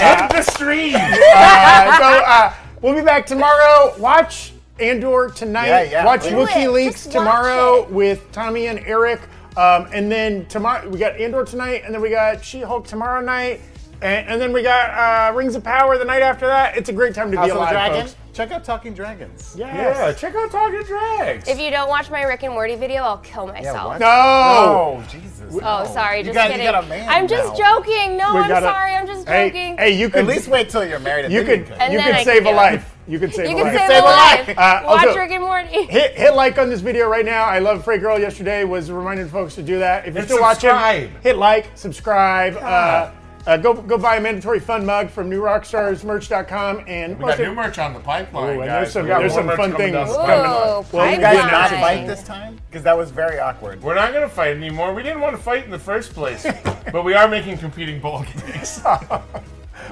Speaker 3: End the stream.
Speaker 1: Uh,
Speaker 2: [laughs]
Speaker 1: so uh, we'll be back tomorrow. Watch Andor tonight.
Speaker 4: Yeah, yeah,
Speaker 1: Watch
Speaker 4: please.
Speaker 2: Do it.
Speaker 1: WikiLeaks
Speaker 2: Just watch
Speaker 1: tomorrow
Speaker 2: it.
Speaker 1: with Tommy and Eric. Um, and then tomorrow we got Andor tonight, and then we got She-Hulk tomorrow night, and, and then we got uh, Rings of Power the night after that. It's a great time to be
Speaker 4: House of the
Speaker 1: alive,
Speaker 4: Dragon.
Speaker 1: folks.
Speaker 4: Check out Talking Dragons.
Speaker 3: Yeah,
Speaker 1: Yes.
Speaker 3: check out Talking Drags.
Speaker 2: If you don't watch my Rick and Morty video, I'll kill myself.
Speaker 4: what?
Speaker 1: No.
Speaker 4: Oh, Jesus.
Speaker 2: oh,
Speaker 4: no.
Speaker 2: sorry.
Speaker 4: You
Speaker 2: Just
Speaker 4: got- you
Speaker 2: kidding.
Speaker 4: got a man
Speaker 2: I'm just
Speaker 4: now.
Speaker 2: joking. No,
Speaker 1: We
Speaker 2: I'm
Speaker 1: gotta-
Speaker 2: sorry. I'm just
Speaker 1: Hey,
Speaker 2: joking.
Speaker 1: hey, you could
Speaker 4: At least wait till you're married. and
Speaker 1: you
Speaker 4: then
Speaker 1: could
Speaker 4: can.
Speaker 1: you
Speaker 2: then
Speaker 1: could
Speaker 2: I
Speaker 1: save
Speaker 2: can
Speaker 1: a
Speaker 2: do it.
Speaker 1: life. You could save
Speaker 2: you
Speaker 1: a
Speaker 2: can
Speaker 1: life.
Speaker 2: save
Speaker 4: Save
Speaker 2: a
Speaker 4: a
Speaker 2: life.
Speaker 4: life.
Speaker 1: Uh,
Speaker 2: Watch
Speaker 1: also-
Speaker 2: Rick and Morty.
Speaker 1: Hit, hit like on this video right now. I love Frey Girl yesterday was reminding folks to do that. If you're
Speaker 3: And
Speaker 1: still watching,
Speaker 3: subscribe.
Speaker 1: hit like, subscribe. Uh, uh, go go buy a mandatory fun mug from newrockstarsmerch.com and
Speaker 3: we got
Speaker 1: [laughs]
Speaker 3: new merch on the pipeline,
Speaker 1: Ooh, and
Speaker 3: guys.
Speaker 1: there's some-
Speaker 3: We got
Speaker 1: there's
Speaker 3: more
Speaker 1: some
Speaker 3: merch
Speaker 1: fun
Speaker 3: coming down
Speaker 1: things
Speaker 3: the
Speaker 1: coming
Speaker 3: pipeline.
Speaker 1: up.
Speaker 2: Ooh,
Speaker 1: Well,
Speaker 4: You guys
Speaker 1: Yeah.
Speaker 4: not
Speaker 2: pipeline.
Speaker 4: fight this time? Because that was very awkward.
Speaker 3: We're not going to fight anymore. We didn't want to fight in the first place, but we are making competing ball [laughs] games.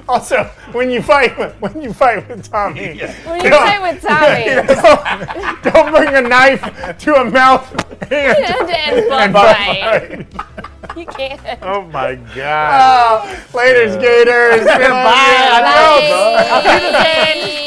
Speaker 1: Also, when you fight with, when you fight with Tommy,
Speaker 3: [laughs] Yeah.
Speaker 2: When
Speaker 4: [laughs]
Speaker 2: you play
Speaker 1: [laughs]
Speaker 2: with Tommy
Speaker 1: don't, don't bring a knife to a
Speaker 2: [laughs]
Speaker 1: mouth. [laughs] hand.
Speaker 2: and, [laughs] and Bug Bite, you can't.
Speaker 1: Oh my God! Later's Gators. Bye.
Speaker 2: Bye.
Speaker 4: [laughs]